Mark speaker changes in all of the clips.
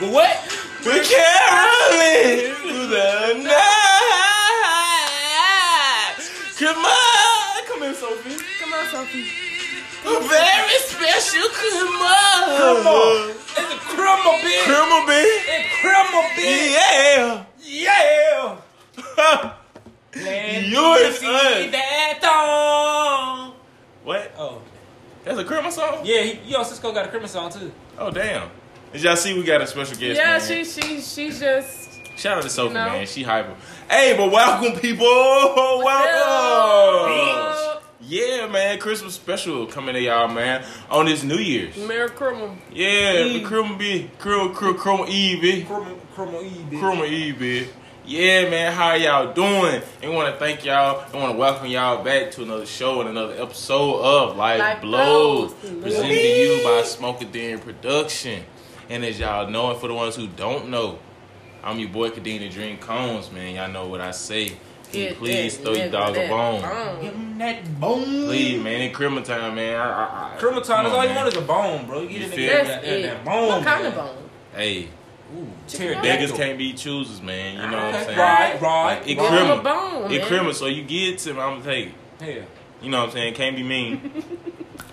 Speaker 1: The what?
Speaker 2: We're caroling through the night. Come on, come in, Sophie.
Speaker 1: Come on, Sophie.
Speaker 2: A very special crema.
Speaker 1: Come on. It's a crumble, bitch.
Speaker 2: Crema, bitch.
Speaker 1: It's crumble, bitch.
Speaker 2: Yeah.
Speaker 1: Yeah.
Speaker 2: You and us.
Speaker 1: that thong.
Speaker 2: what?
Speaker 1: Oh,
Speaker 2: That's a crema song?
Speaker 1: yeah. He, yo, Cisco got a Christmas song too.
Speaker 2: Oh, damn. Did y'all see we got a special guest?
Speaker 3: yeah,
Speaker 2: man?
Speaker 3: she she she just
Speaker 2: Shout out to Sophie,
Speaker 3: No.
Speaker 2: man. She hyper. Hey, but welcome, people. Welcome.
Speaker 3: Hello.
Speaker 2: Yeah, man. Christmas special coming to y'all, man. On this New Year's.
Speaker 3: Merry Christmas.
Speaker 2: Yeah,
Speaker 1: Eve.
Speaker 2: the Crum B. Crum, Crum, Crum Eve. eh? bitch.
Speaker 1: Crumble, crumble, E, bitch.
Speaker 2: Crum Eve, bitch. Yeah, man. How y'all doing? And want to thank y'all. and want to welcome y'all back to another show and another episode of Life,
Speaker 3: Life
Speaker 2: Blows.
Speaker 3: Blows.
Speaker 2: Presented to you by Smoker Dean Production. And as y'all know, and for the ones who don't know, I'm your boy Kadena Dream Combs, man. Y'all know what I say. Can you
Speaker 3: Get
Speaker 2: please
Speaker 3: that
Speaker 2: throw your
Speaker 3: nigga
Speaker 2: dog a
Speaker 3: that
Speaker 2: bone.
Speaker 3: phone.
Speaker 1: Give him that bone.
Speaker 2: Please, man. It's criminal time, man. I, I, I,
Speaker 1: Criminal time
Speaker 2: come
Speaker 1: is
Speaker 2: on,
Speaker 1: all you
Speaker 2: man.
Speaker 1: want is a bone, bro. You
Speaker 2: You
Speaker 1: get a
Speaker 2: feel
Speaker 1: nigga
Speaker 2: me?
Speaker 1: that,
Speaker 3: That's
Speaker 1: that,
Speaker 3: it.
Speaker 1: that bone.
Speaker 3: what kind of
Speaker 1: man.
Speaker 3: bone?
Speaker 2: Hey,
Speaker 1: Ooh,
Speaker 3: Chicken
Speaker 2: beggars
Speaker 1: pterodactyl.
Speaker 2: can't be choosers, man. You know what I'm
Speaker 1: Okay.
Speaker 2: saying?
Speaker 1: Right, right.
Speaker 2: Like, it
Speaker 3: Give
Speaker 1: right.
Speaker 3: him
Speaker 2: criminal.
Speaker 3: a bone.
Speaker 2: It
Speaker 3: man.
Speaker 2: criminal, so you get to him, I'm gonna take it. You know what I'm saying? Can't be mean.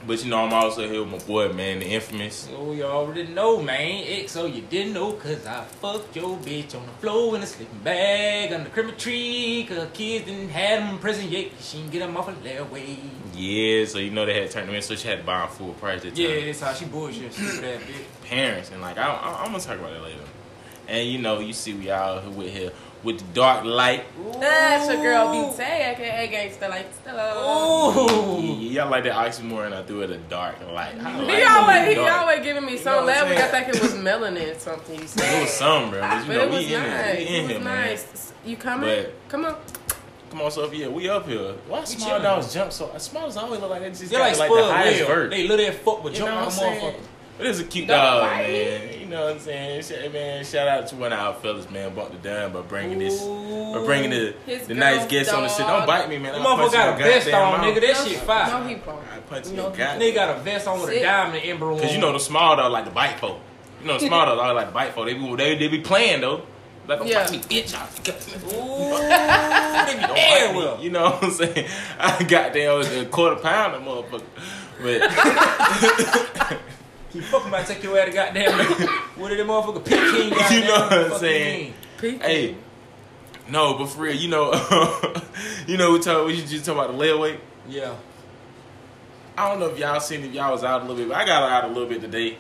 Speaker 2: but you know, I'm also here with my boy, man, the infamous.
Speaker 1: So you already know, man. X, so you didn't know, cause I fucked your bitch on the floor in a sleeping bag under the criminal tree. Cause her kids didn't have them in prison yet, 'cause she didn't get them off a layaway.
Speaker 2: Yeah, so you know they had tournaments, so she had to buy him full price at the
Speaker 1: Yeah,
Speaker 2: time.
Speaker 1: that's how she bullshit. Stupid ass bitch.
Speaker 2: Parents, and like, I, I, I'm gonna talk about that later. And you know, you see, we out here with, here with the dark light.
Speaker 3: That's your girl B Tay, aka Gangsta Like Stella.
Speaker 2: Y-
Speaker 1: Ooh.
Speaker 2: Y'all like that oxymoron I threw it a dark light. I
Speaker 3: He
Speaker 2: like
Speaker 3: always he
Speaker 2: dark.
Speaker 3: always giving me
Speaker 1: know
Speaker 3: some
Speaker 1: what I'm
Speaker 3: level. I
Speaker 1: saying?
Speaker 3: think it was melanin something you said.
Speaker 2: It was some, bro. But, you
Speaker 3: But
Speaker 2: know,
Speaker 3: it was
Speaker 2: we in here.
Speaker 3: nice.
Speaker 2: We in
Speaker 3: It
Speaker 2: here,
Speaker 3: was
Speaker 2: man.
Speaker 3: nice. You coming?
Speaker 2: But-
Speaker 3: Come on.
Speaker 2: Come on, Sophia. We up here. Why small
Speaker 1: chilling.
Speaker 2: dogs jump so? Small dogs always look like they just
Speaker 1: They're
Speaker 2: got,
Speaker 1: like,
Speaker 2: like
Speaker 1: Spud
Speaker 2: the highest
Speaker 1: Webb.
Speaker 2: vert.
Speaker 1: They little that fuck with
Speaker 2: You know
Speaker 1: jump
Speaker 2: what
Speaker 1: on
Speaker 2: I'm
Speaker 1: a
Speaker 2: saying?
Speaker 1: motherfucker.
Speaker 2: But it's a cute
Speaker 3: Don't
Speaker 2: dog,
Speaker 3: bite
Speaker 2: man. You know what I'm saying? Sh- Man, shout out to one of our fellas, man, bought the dime by bringing this, by bringing the
Speaker 3: His
Speaker 2: the nice
Speaker 3: girl's
Speaker 2: guests on the shit. Don't
Speaker 3: dog.
Speaker 2: bite me, man.
Speaker 1: That
Speaker 2: I'll
Speaker 1: motherfucker
Speaker 2: punch
Speaker 1: got a
Speaker 2: you in your
Speaker 1: vest
Speaker 2: goddamn
Speaker 1: on,
Speaker 2: mouth.
Speaker 1: nigga. That shit
Speaker 3: No, he
Speaker 1: fire.
Speaker 3: broke.
Speaker 2: I punch you
Speaker 3: No,
Speaker 2: in
Speaker 3: he-
Speaker 2: your
Speaker 1: Nigga
Speaker 2: goddamn.
Speaker 1: got a vest on with a
Speaker 3: Sit.
Speaker 1: diamond and emerald.
Speaker 2: Cause you
Speaker 1: on
Speaker 2: know
Speaker 1: it.
Speaker 2: the small dog like the bite folk. You know the small dog always like the bite folk. They be they, they be playing though. Like don't
Speaker 3: Yeah.
Speaker 2: bite me, bitch. I got
Speaker 1: Ooh, they be
Speaker 2: Yeah,
Speaker 1: there with 'em.
Speaker 2: You know what I'm saying? I got there with a quarter pound of motherfucker. But
Speaker 1: He fucking might take your out of goddamn. what did the motherfucker Peking goddamn?
Speaker 2: You know what I'm
Speaker 1: fucking
Speaker 2: saying?
Speaker 1: mean?
Speaker 3: Peeking.
Speaker 2: hey, no, but for real, you know, you know, we talk, we just talking about the layaway.
Speaker 1: Yeah.
Speaker 2: I don't know if y'all seen if y'all was out a little bit, but I got out a little bit today.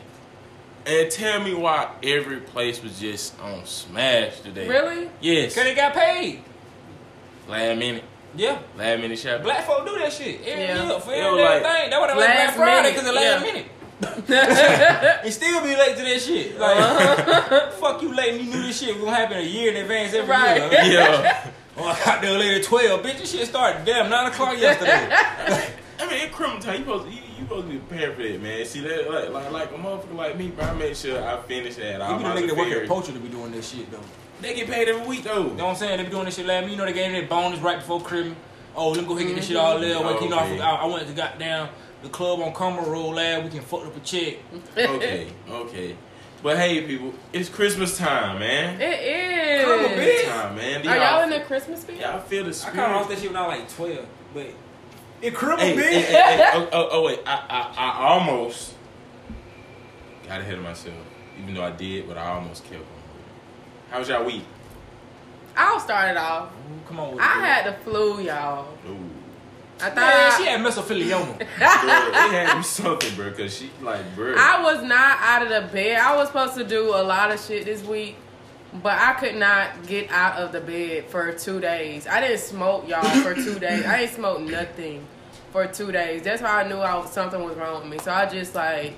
Speaker 2: And tell me why every place was just on smash today.
Speaker 3: Really?
Speaker 2: Yes.
Speaker 1: Cause they got paid.
Speaker 2: Last minute,
Speaker 1: Yeah.
Speaker 2: last minute shot.
Speaker 1: Black folk do that shit every
Speaker 3: Yeah.
Speaker 1: year for
Speaker 2: It
Speaker 1: every
Speaker 2: was
Speaker 1: damn
Speaker 2: like-
Speaker 1: thing. That what I like Black
Speaker 3: Last
Speaker 1: Friday
Speaker 3: minute,
Speaker 1: because the last
Speaker 3: yeah.
Speaker 1: minute. And still be late to that shit. Like, fuck you late and you knew this shit was gonna happen a year in advance every
Speaker 3: Uh-huh. Right.
Speaker 1: year.
Speaker 2: Yeah.
Speaker 1: Or I got there late at 12. Bitch, this shit started damn 9 o'clock yesterday.
Speaker 2: I mean, it's criminal time. You supposed you, you supposed to be prepared for that, man. See that, like, like, like a motherfucker like me, bro. I make sure I finish that.
Speaker 1: You
Speaker 2: I'm
Speaker 1: be the
Speaker 2: out
Speaker 1: nigga that
Speaker 2: of
Speaker 1: work at
Speaker 2: fairy.
Speaker 1: Poacher to be doing this shit though.
Speaker 2: They get paid every week though.
Speaker 1: You know what I'm saying? They be doing this shit last minute. You know they gave me that bonus right before Christmas. Oh, let me go ahead and get this shit all there. Like, you know, I,
Speaker 2: Okay.
Speaker 1: forgot- I went to goddamn the club on Comer Road last weekend, fucked up a check.
Speaker 2: okay, okay. But hey, people, it's Christmas time, man.
Speaker 3: It is.
Speaker 1: Come on, bitch.
Speaker 2: Christmas time, man. Do
Speaker 3: Are y'all in the
Speaker 2: feel-
Speaker 3: Christmas spirit?
Speaker 2: Y'all feel the
Speaker 1: I
Speaker 2: spirit?
Speaker 1: kind of lost that shit when I was like 12, but it crippled
Speaker 2: hey,
Speaker 1: me.
Speaker 2: hey, hey, hey, oh, oh, oh, wait, I, I, I almost got ahead of myself, even though I did, but I almost kept on. How was y'all week?
Speaker 3: I'll start it off.
Speaker 1: Ooh, come on with it.
Speaker 3: I had the flu, y'all.
Speaker 2: Ooh,
Speaker 3: I thought
Speaker 1: Man,
Speaker 3: I-
Speaker 1: she had mesothelioma.
Speaker 2: girl, it had me something, bro, cause she like, bro.
Speaker 3: I was not out of the bed. I was supposed to do a lot of shit this week, but I could not get out of the bed for two days. I didn't smoke, y'all, for two days. I ain't smoked nothing for two days. That's how I knew I was, something was wrong with me. So I just like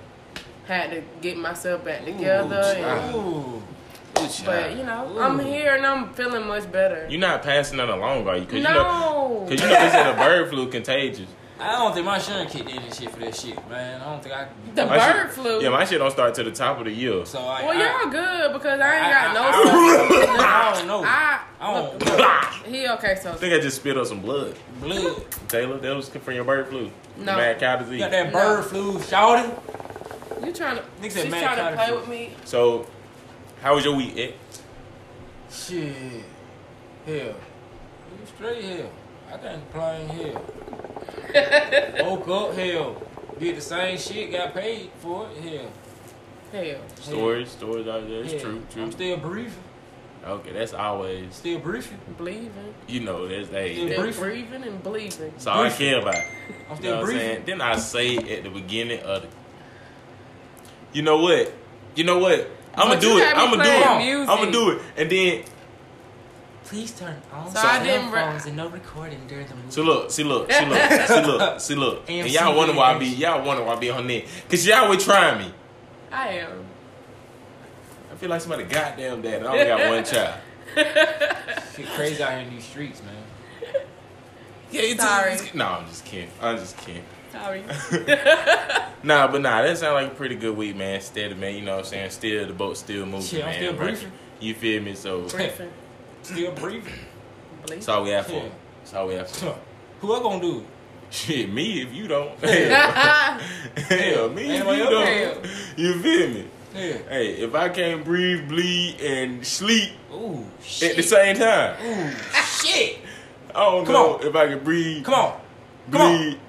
Speaker 3: had to get myself back together. and,
Speaker 1: Ooh.
Speaker 2: Ooh,
Speaker 3: but
Speaker 2: child.
Speaker 3: you know,
Speaker 1: Ooh.
Speaker 3: I'm here and I'm feeling much better.
Speaker 2: you're not passing that along, are you? Cause you know,
Speaker 3: no,
Speaker 2: cause you know, they said a bird flu contagious.
Speaker 1: I don't think my insurance kicked in and shit for that shit, man. I don't think I could.
Speaker 3: the
Speaker 2: My shit-
Speaker 3: bird flu.
Speaker 2: Yeah, my shit don't start till the top of the year.
Speaker 1: So I,
Speaker 3: well,
Speaker 1: I,
Speaker 3: y'all good because I ain't
Speaker 1: I-
Speaker 3: got no.
Speaker 1: I-
Speaker 3: stuff.
Speaker 1: I don't know.
Speaker 3: I,
Speaker 1: I don't
Speaker 3: look,
Speaker 1: know.
Speaker 3: he okay, so
Speaker 2: I think I just spit up some blood.
Speaker 1: Blood.
Speaker 2: Taylor, that was from your bird flu. The
Speaker 3: No.
Speaker 2: Mad cow disease.
Speaker 1: Got that bird flu, shouting.
Speaker 3: You trying to?
Speaker 1: Nigga
Speaker 3: She's
Speaker 1: said mad
Speaker 3: trying to
Speaker 1: cow
Speaker 3: play
Speaker 1: disease.
Speaker 3: with me.
Speaker 2: So How was your week? It?
Speaker 1: Shit. Hell. You straight hell. I done playing hell. Woke up hell. Did the same shit, got paid for it, hell.
Speaker 4: Hell.
Speaker 2: Stories, stories out there. It's
Speaker 1: Hell.
Speaker 2: true, true.
Speaker 1: I'm still briefing.
Speaker 2: okay, that's always
Speaker 1: Still briefing.
Speaker 4: Bleeding.
Speaker 2: you know that's hey.
Speaker 1: Yeah.
Speaker 2: That,
Speaker 1: Briefing.
Speaker 4: Breathing and bleeding.
Speaker 2: that's all I care about.
Speaker 1: I'm
Speaker 2: You know
Speaker 1: still
Speaker 2: what I'm
Speaker 1: briefing.
Speaker 2: saying? Then I say at the beginning of the. You know what? You know what? I'm gonna
Speaker 4: But you
Speaker 2: do it.
Speaker 4: had me
Speaker 2: I'm gonna do
Speaker 4: playing
Speaker 2: it. I'm gonna
Speaker 4: music.
Speaker 2: do it. And then
Speaker 1: Please turn on
Speaker 4: So I
Speaker 1: cell
Speaker 4: didn't re-
Speaker 1: phones and no recording during the movie.
Speaker 2: see look, see look, see look, see look, see look. And y'all wonder why I be y'all wonder why I be on there. Cause y'all would try me.
Speaker 4: I am.
Speaker 2: I feel like somebody goddamn dad. and I only got one child.
Speaker 1: Shit crazy out here in these streets, man.
Speaker 2: Yeah, it's
Speaker 4: Sorry.
Speaker 2: It's, no, I'm just kidding. I'm just kidding.
Speaker 4: Sorry.
Speaker 2: Nah, but nah, that sounds like a pretty good week, man. Steady, man. You know what I'm saying? Still, the boat still moving,
Speaker 1: Shit, I'm
Speaker 2: man.
Speaker 1: still briefing.
Speaker 2: You feel me? So
Speaker 4: Breathing.
Speaker 1: Still briefing.
Speaker 2: that's
Speaker 4: Bleeding.
Speaker 2: all we have for.
Speaker 1: Yeah.
Speaker 2: That's all we have for.
Speaker 1: Huh. Who I gonna do it?
Speaker 2: Shit, me if you don't. Hell, Hell, me if
Speaker 1: Anybody
Speaker 2: you
Speaker 1: else?
Speaker 2: don't.
Speaker 4: Hell.
Speaker 2: You feel me?
Speaker 1: Yeah.
Speaker 2: Hey, if I can't breathe, bleed, and sleep
Speaker 1: Ooh,
Speaker 2: at the
Speaker 1: shit.
Speaker 2: same time,
Speaker 1: Ooh, shit.
Speaker 2: I don't
Speaker 1: Come
Speaker 2: know
Speaker 1: on.
Speaker 2: if I can breathe,
Speaker 1: Come on. Come on.
Speaker 2: bleed,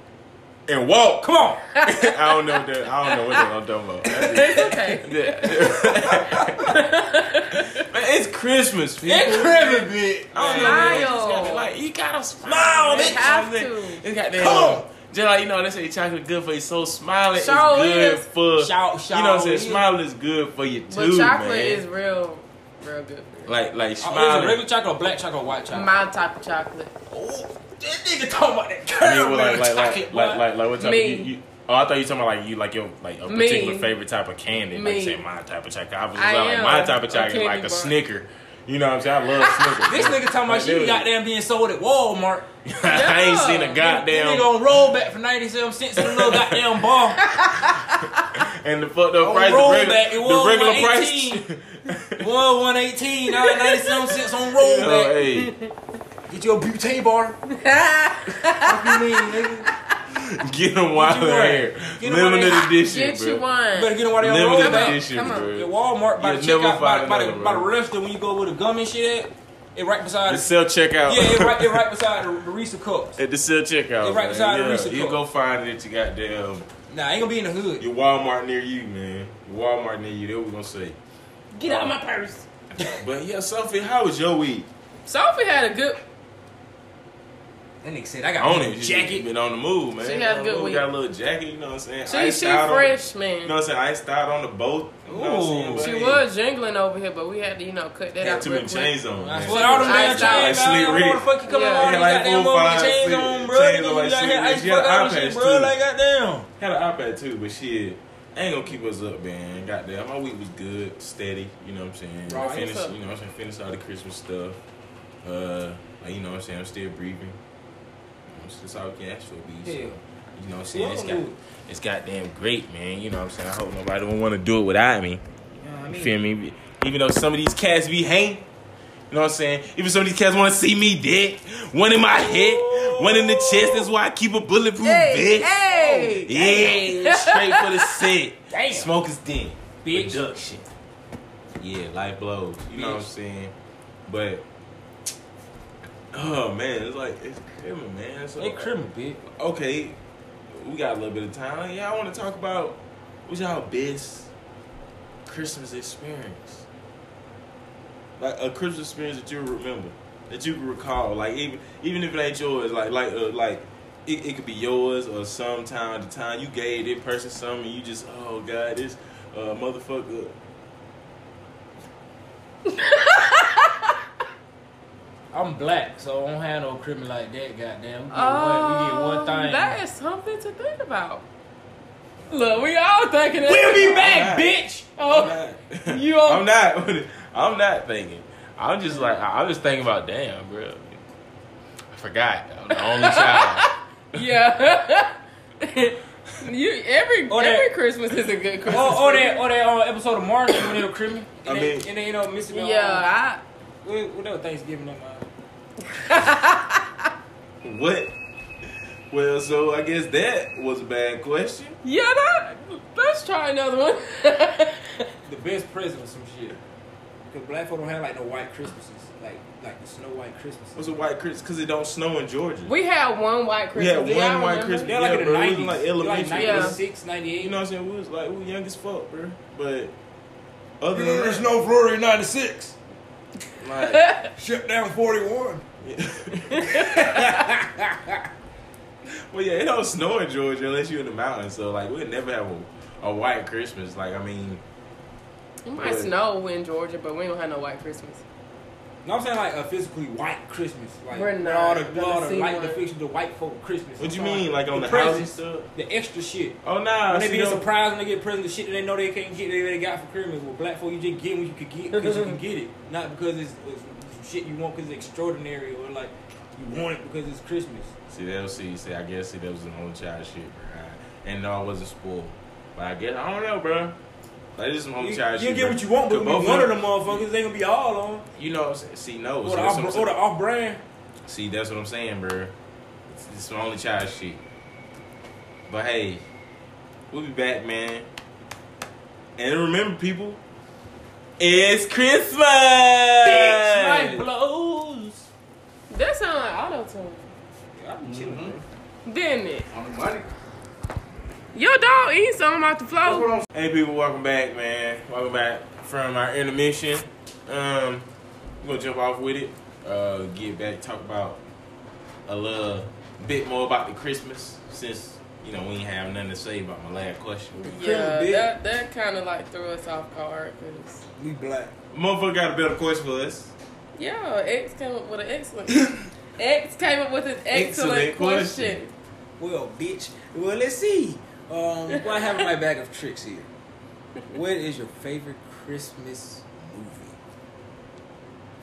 Speaker 2: and walk.
Speaker 1: Come on.
Speaker 2: I don't know what that. I don't know what that I'm talking about. That's it.
Speaker 4: It's okay.
Speaker 2: Yeah. Man, it's Christmas, people.
Speaker 1: Incredible. bitch.
Speaker 2: I don't know. man.
Speaker 4: Smile.
Speaker 2: It's just gotta be like, you gotta smile.
Speaker 4: You
Speaker 2: bitch.
Speaker 4: have
Speaker 2: You know what I'm
Speaker 4: to.
Speaker 2: saying? It's got that.
Speaker 1: Come
Speaker 2: uh,
Speaker 1: on.
Speaker 2: Just like you know, they say chocolate good for you. So smiling
Speaker 4: Sure
Speaker 2: is good
Speaker 4: is.
Speaker 2: for
Speaker 1: Shout, shout.
Speaker 2: you know. what I'm saying
Speaker 1: is.
Speaker 2: smiling is good for you too,
Speaker 4: But chocolate
Speaker 2: man.
Speaker 4: is real, real good. for you.
Speaker 2: like like
Speaker 1: Oh, is it
Speaker 2: smiling.
Speaker 1: regular chocolate, or black chocolate, or white chocolate?
Speaker 4: My type of chocolate.
Speaker 1: oh, this nigga talking about that
Speaker 2: I mean,
Speaker 1: caramel
Speaker 2: well, like, like,
Speaker 1: chocolate.
Speaker 2: like, like,
Speaker 1: boy.
Speaker 2: like, like, what type
Speaker 4: Me.
Speaker 2: of, you, you, oh, I thought you talking about like you like your like a
Speaker 4: Me.
Speaker 2: particular favorite type of candy. Like you
Speaker 4: Me.
Speaker 2: say my type of chocolate. I was
Speaker 4: I
Speaker 2: like
Speaker 4: am
Speaker 2: my type of
Speaker 4: a
Speaker 2: chocolate,
Speaker 4: candy
Speaker 2: like
Speaker 4: bar.
Speaker 2: a Snicker. You know what I'm saying? I love Snickers.
Speaker 1: this nigga talking about
Speaker 2: Like,
Speaker 1: she
Speaker 2: dude.
Speaker 1: goddamn being sold at Walmart.
Speaker 2: I ain't seen a
Speaker 1: This
Speaker 2: goddamn
Speaker 1: nigga on rollback for 97 cents in a little goddamn bar.
Speaker 2: and the fuck the
Speaker 1: On
Speaker 2: price
Speaker 1: rollback, it
Speaker 2: the
Speaker 1: was
Speaker 2: regular, the regular price.
Speaker 1: 118. One 118, now 97 cents on rollback.
Speaker 2: Oh, hey,
Speaker 1: Get your butane bar. Fuck you mean, nigga?
Speaker 2: get them while
Speaker 1: you one.
Speaker 2: they're
Speaker 1: Get 'em
Speaker 2: here.
Speaker 1: while
Speaker 2: Limited
Speaker 1: they-
Speaker 2: edition,
Speaker 4: Get
Speaker 2: bro.
Speaker 4: you one.
Speaker 1: You better get on while they on
Speaker 2: Limited
Speaker 1: rollback.
Speaker 2: edition,
Speaker 4: Come on.
Speaker 1: At
Speaker 2: bro.
Speaker 1: Walmart, by the
Speaker 2: You'll never
Speaker 1: checkout, by,
Speaker 2: find
Speaker 1: by, the,
Speaker 2: another,
Speaker 1: by the
Speaker 2: bro.
Speaker 1: register when you go with the gum and shit at, it right beside
Speaker 2: The
Speaker 1: the
Speaker 2: self checkout.
Speaker 1: Yeah, it right, it right beside the barista cups.
Speaker 2: At the self checkout,
Speaker 1: It right beside the
Speaker 2: man.
Speaker 1: Reese's
Speaker 2: yeah, you
Speaker 1: cup.
Speaker 2: go find it at your goddamn
Speaker 1: Nah, ain't gonna be in the hood.
Speaker 2: Your Walmart near you, man. Your Walmart near you. That's what we gonna say.
Speaker 4: Get out of my purse.
Speaker 2: But yeah, Sophie, how was your week?
Speaker 4: Sophie had a good.
Speaker 1: That nigga said, I got
Speaker 2: On
Speaker 1: a
Speaker 2: it,
Speaker 1: new
Speaker 2: you
Speaker 1: jacket.
Speaker 2: Been on the move, man.
Speaker 4: She had a good
Speaker 2: On the move,
Speaker 4: week.
Speaker 2: Got a little jacket. You know what I'm saying?
Speaker 4: She
Speaker 2: Iced
Speaker 4: she
Speaker 2: out on-
Speaker 4: fresh
Speaker 2: You
Speaker 4: man.
Speaker 2: know what I'm saying? Iced out on the boat. You know what I'm saying?
Speaker 1: Ooh.
Speaker 2: But,
Speaker 4: she
Speaker 2: hey,
Speaker 4: was jingling over here, but we had to you know cut that
Speaker 2: Had
Speaker 4: out.
Speaker 2: too
Speaker 4: real
Speaker 2: many
Speaker 4: quick.
Speaker 2: chains on.
Speaker 1: I
Speaker 2: man.
Speaker 1: swear, all them damn
Speaker 4: Iced out.
Speaker 1: chains, I
Speaker 2: Like
Speaker 1: don't
Speaker 2: Slick
Speaker 1: know where the
Speaker 2: Rick.
Speaker 1: fuck you coming
Speaker 4: Yeah.
Speaker 1: around
Speaker 2: Yeah,
Speaker 1: and
Speaker 2: like
Speaker 1: goddamn
Speaker 2: four,
Speaker 1: over
Speaker 2: five,
Speaker 1: your chains
Speaker 2: six,
Speaker 1: on, bro.
Speaker 2: chains
Speaker 1: Nigga, you
Speaker 2: like
Speaker 1: out
Speaker 2: Slick
Speaker 1: here
Speaker 2: Rick.
Speaker 1: ice
Speaker 2: She had
Speaker 1: fuck out and
Speaker 2: iPads
Speaker 1: shit, bro.
Speaker 2: too.
Speaker 1: Like, goddamn.
Speaker 2: Had an iPad too, but shit. I ain't gonna keep us up, man. Goddamn, my week was good, steady. You know what I'm saying?
Speaker 4: Right, what's
Speaker 2: finish,
Speaker 4: up?
Speaker 2: you know what I'm saying? Finish all the Christmas stuff. Uh, like, you know what I'm saying? I'm still breathing. That's just all we can ask for, be. So,
Speaker 1: Yeah.
Speaker 2: you know what I'm saying? It's
Speaker 1: Well,
Speaker 2: got,
Speaker 1: dude.
Speaker 2: it's goddamn great, man. You know what I'm saying? I hope nobody don't want to do it without me. You feel me? Even though some of these cats be hang, you know what I'm saying? Even some of these cats want to see me dead. One in my head, one in the chest. That's why I keep a bulletproof
Speaker 4: Hey,
Speaker 2: vest.
Speaker 1: Oh,
Speaker 4: hey.
Speaker 2: Yeah, straight for the set.
Speaker 1: Damn.
Speaker 2: Smokers den.
Speaker 1: Bitch.
Speaker 2: Production. Yeah, life blows. You know what I'm saying? But oh man, it's like it's criminal, man. It's
Speaker 1: They
Speaker 2: like-
Speaker 1: criminal, bitch.
Speaker 2: Okay, we got a little bit of time. Yeah, I want to talk about what's y'all best Christmas experience, like a Christmas experience that you remember, that you can recall. Like even even if it ain't yours, like like uh, like it, it could be yours or some time to time you gave that person something and you just oh god this uh, motherfucker.
Speaker 1: I'm black, so I don't have no criminal like that, goddamn. We get, one, we
Speaker 4: Um,
Speaker 1: get one thing.
Speaker 4: that is something to think about. Look, we all thinking that.
Speaker 1: We'll be back,
Speaker 2: Alright.
Speaker 1: bitch!
Speaker 2: I'm
Speaker 4: Oh,
Speaker 2: not.
Speaker 4: You are-
Speaker 2: I'm not. I'm not thinking. I'm just like I- I'm just thinking about damn, bro. I forgot. I'm the only child.
Speaker 4: yeah. you every
Speaker 1: Or Oh, that- Oh,
Speaker 4: every Christmas is a good Christmas.
Speaker 1: Or, or
Speaker 4: for
Speaker 1: that,
Speaker 4: you.
Speaker 1: or that uh, episode of Martin when they were criminal.
Speaker 2: I
Speaker 1: And they,
Speaker 2: mean-
Speaker 1: and they, you know, missing them, uh,
Speaker 4: yeah,
Speaker 1: what- What that was Thanksgiving that uh,
Speaker 2: What? Well, so I guess that was a bad question.
Speaker 4: I yeah. That, let's try another one.
Speaker 1: The best present or some shit. Cause black folk don't have like no white Christmases, like like the Snow White Christmases.
Speaker 2: What's a white Christmas? Because it don't snow in Georgia.
Speaker 3: We had one white Christmas.
Speaker 2: Yeah,
Speaker 3: Do
Speaker 2: one
Speaker 3: y'all
Speaker 2: white
Speaker 3: remember?
Speaker 2: Christmas.
Speaker 1: They're like
Speaker 2: Yeah,
Speaker 1: in the
Speaker 2: bro, it was
Speaker 1: 90s.
Speaker 2: like
Speaker 1: They're like
Speaker 2: elementary.
Speaker 1: 96, 98.
Speaker 2: you know what I'm saying? We was like, we young as fuck, bro. But
Speaker 5: Yeah,
Speaker 2: other
Speaker 5: There's
Speaker 2: than that,
Speaker 5: no Florida in 96.
Speaker 2: like,
Speaker 5: Shut down 41.
Speaker 2: well, yeah, it don't snow in Georgia unless you're in the mountains. So like, we'd never have a, a white Christmas. Like, I mean,
Speaker 3: It might snow in Georgia, but we don't have no white Christmas.
Speaker 1: No, I'm saying like a physically white Christmas, like
Speaker 3: We're
Speaker 1: with
Speaker 3: not
Speaker 1: all the with
Speaker 3: gonna
Speaker 1: all the
Speaker 3: see
Speaker 1: like
Speaker 3: one.
Speaker 1: the fiction, the white folk Christmas.
Speaker 2: what
Speaker 1: I'm
Speaker 2: you
Speaker 1: talking
Speaker 2: mean? Like on the, house and
Speaker 1: presents,
Speaker 2: stuff?
Speaker 1: the extra shit.
Speaker 2: Oh nah,
Speaker 1: When they
Speaker 2: see,
Speaker 1: be
Speaker 2: don't-
Speaker 1: surprised when they get presents, the shit that they know they can't get, they, they got for Christmas. Well, black folk, you just get what you could get because you can get it, not because it's, it's some shit you want because it's extraordinary or like you want it because it's Christmas.
Speaker 2: See, that was, see, see, I guess see, that was an old child shit, bro. I- And no, I wasn't spoiled. But I guess, I don't know, bro. Like, this is some old
Speaker 1: You, you
Speaker 2: child shit.
Speaker 1: get
Speaker 2: bruh.
Speaker 1: what you want, but
Speaker 2: Cause
Speaker 1: when
Speaker 2: both
Speaker 1: you one of
Speaker 2: of
Speaker 1: them motherfuckers, they gonna be all on.
Speaker 2: You know, s- see, no.
Speaker 1: Or
Speaker 2: so
Speaker 1: the
Speaker 2: that's what I'm
Speaker 1: off, or the
Speaker 2: saying.
Speaker 1: off brand.
Speaker 2: see, that's what I'm saying, bro. It's, it's some only child shit. But hey, we'll be back, man. And remember, people, it's Christmas!
Speaker 1: Bitch, night blows.
Speaker 3: That sound like auto tune,
Speaker 1: Yeah, I'm chilling. bro.
Speaker 3: didn't it?
Speaker 5: On the money.
Speaker 3: Your dog eating something out the
Speaker 5: That's what
Speaker 3: floor.
Speaker 5: I'm
Speaker 1: Oh.
Speaker 2: Hey people, welcome back, man. Welcome back from our intermission. Um, we're gonna jump off with it. Uh, get back, talk about a little bit more about the Christmas since you know we ain't have nothing to say about my last question.
Speaker 3: Yeah,
Speaker 1: Couldn't be.
Speaker 3: that that kind of like threw us off guard. 'cause-
Speaker 1: We black.
Speaker 2: Motherfucker got a better question for us.
Speaker 3: Yeah, X came up with an excellent. X came up with an excellent,
Speaker 2: Excellent question.
Speaker 3: question.
Speaker 1: Well, bitch. Well, let's see. Um, well, I have my bag of tricks here. What is your favorite Christmas movie?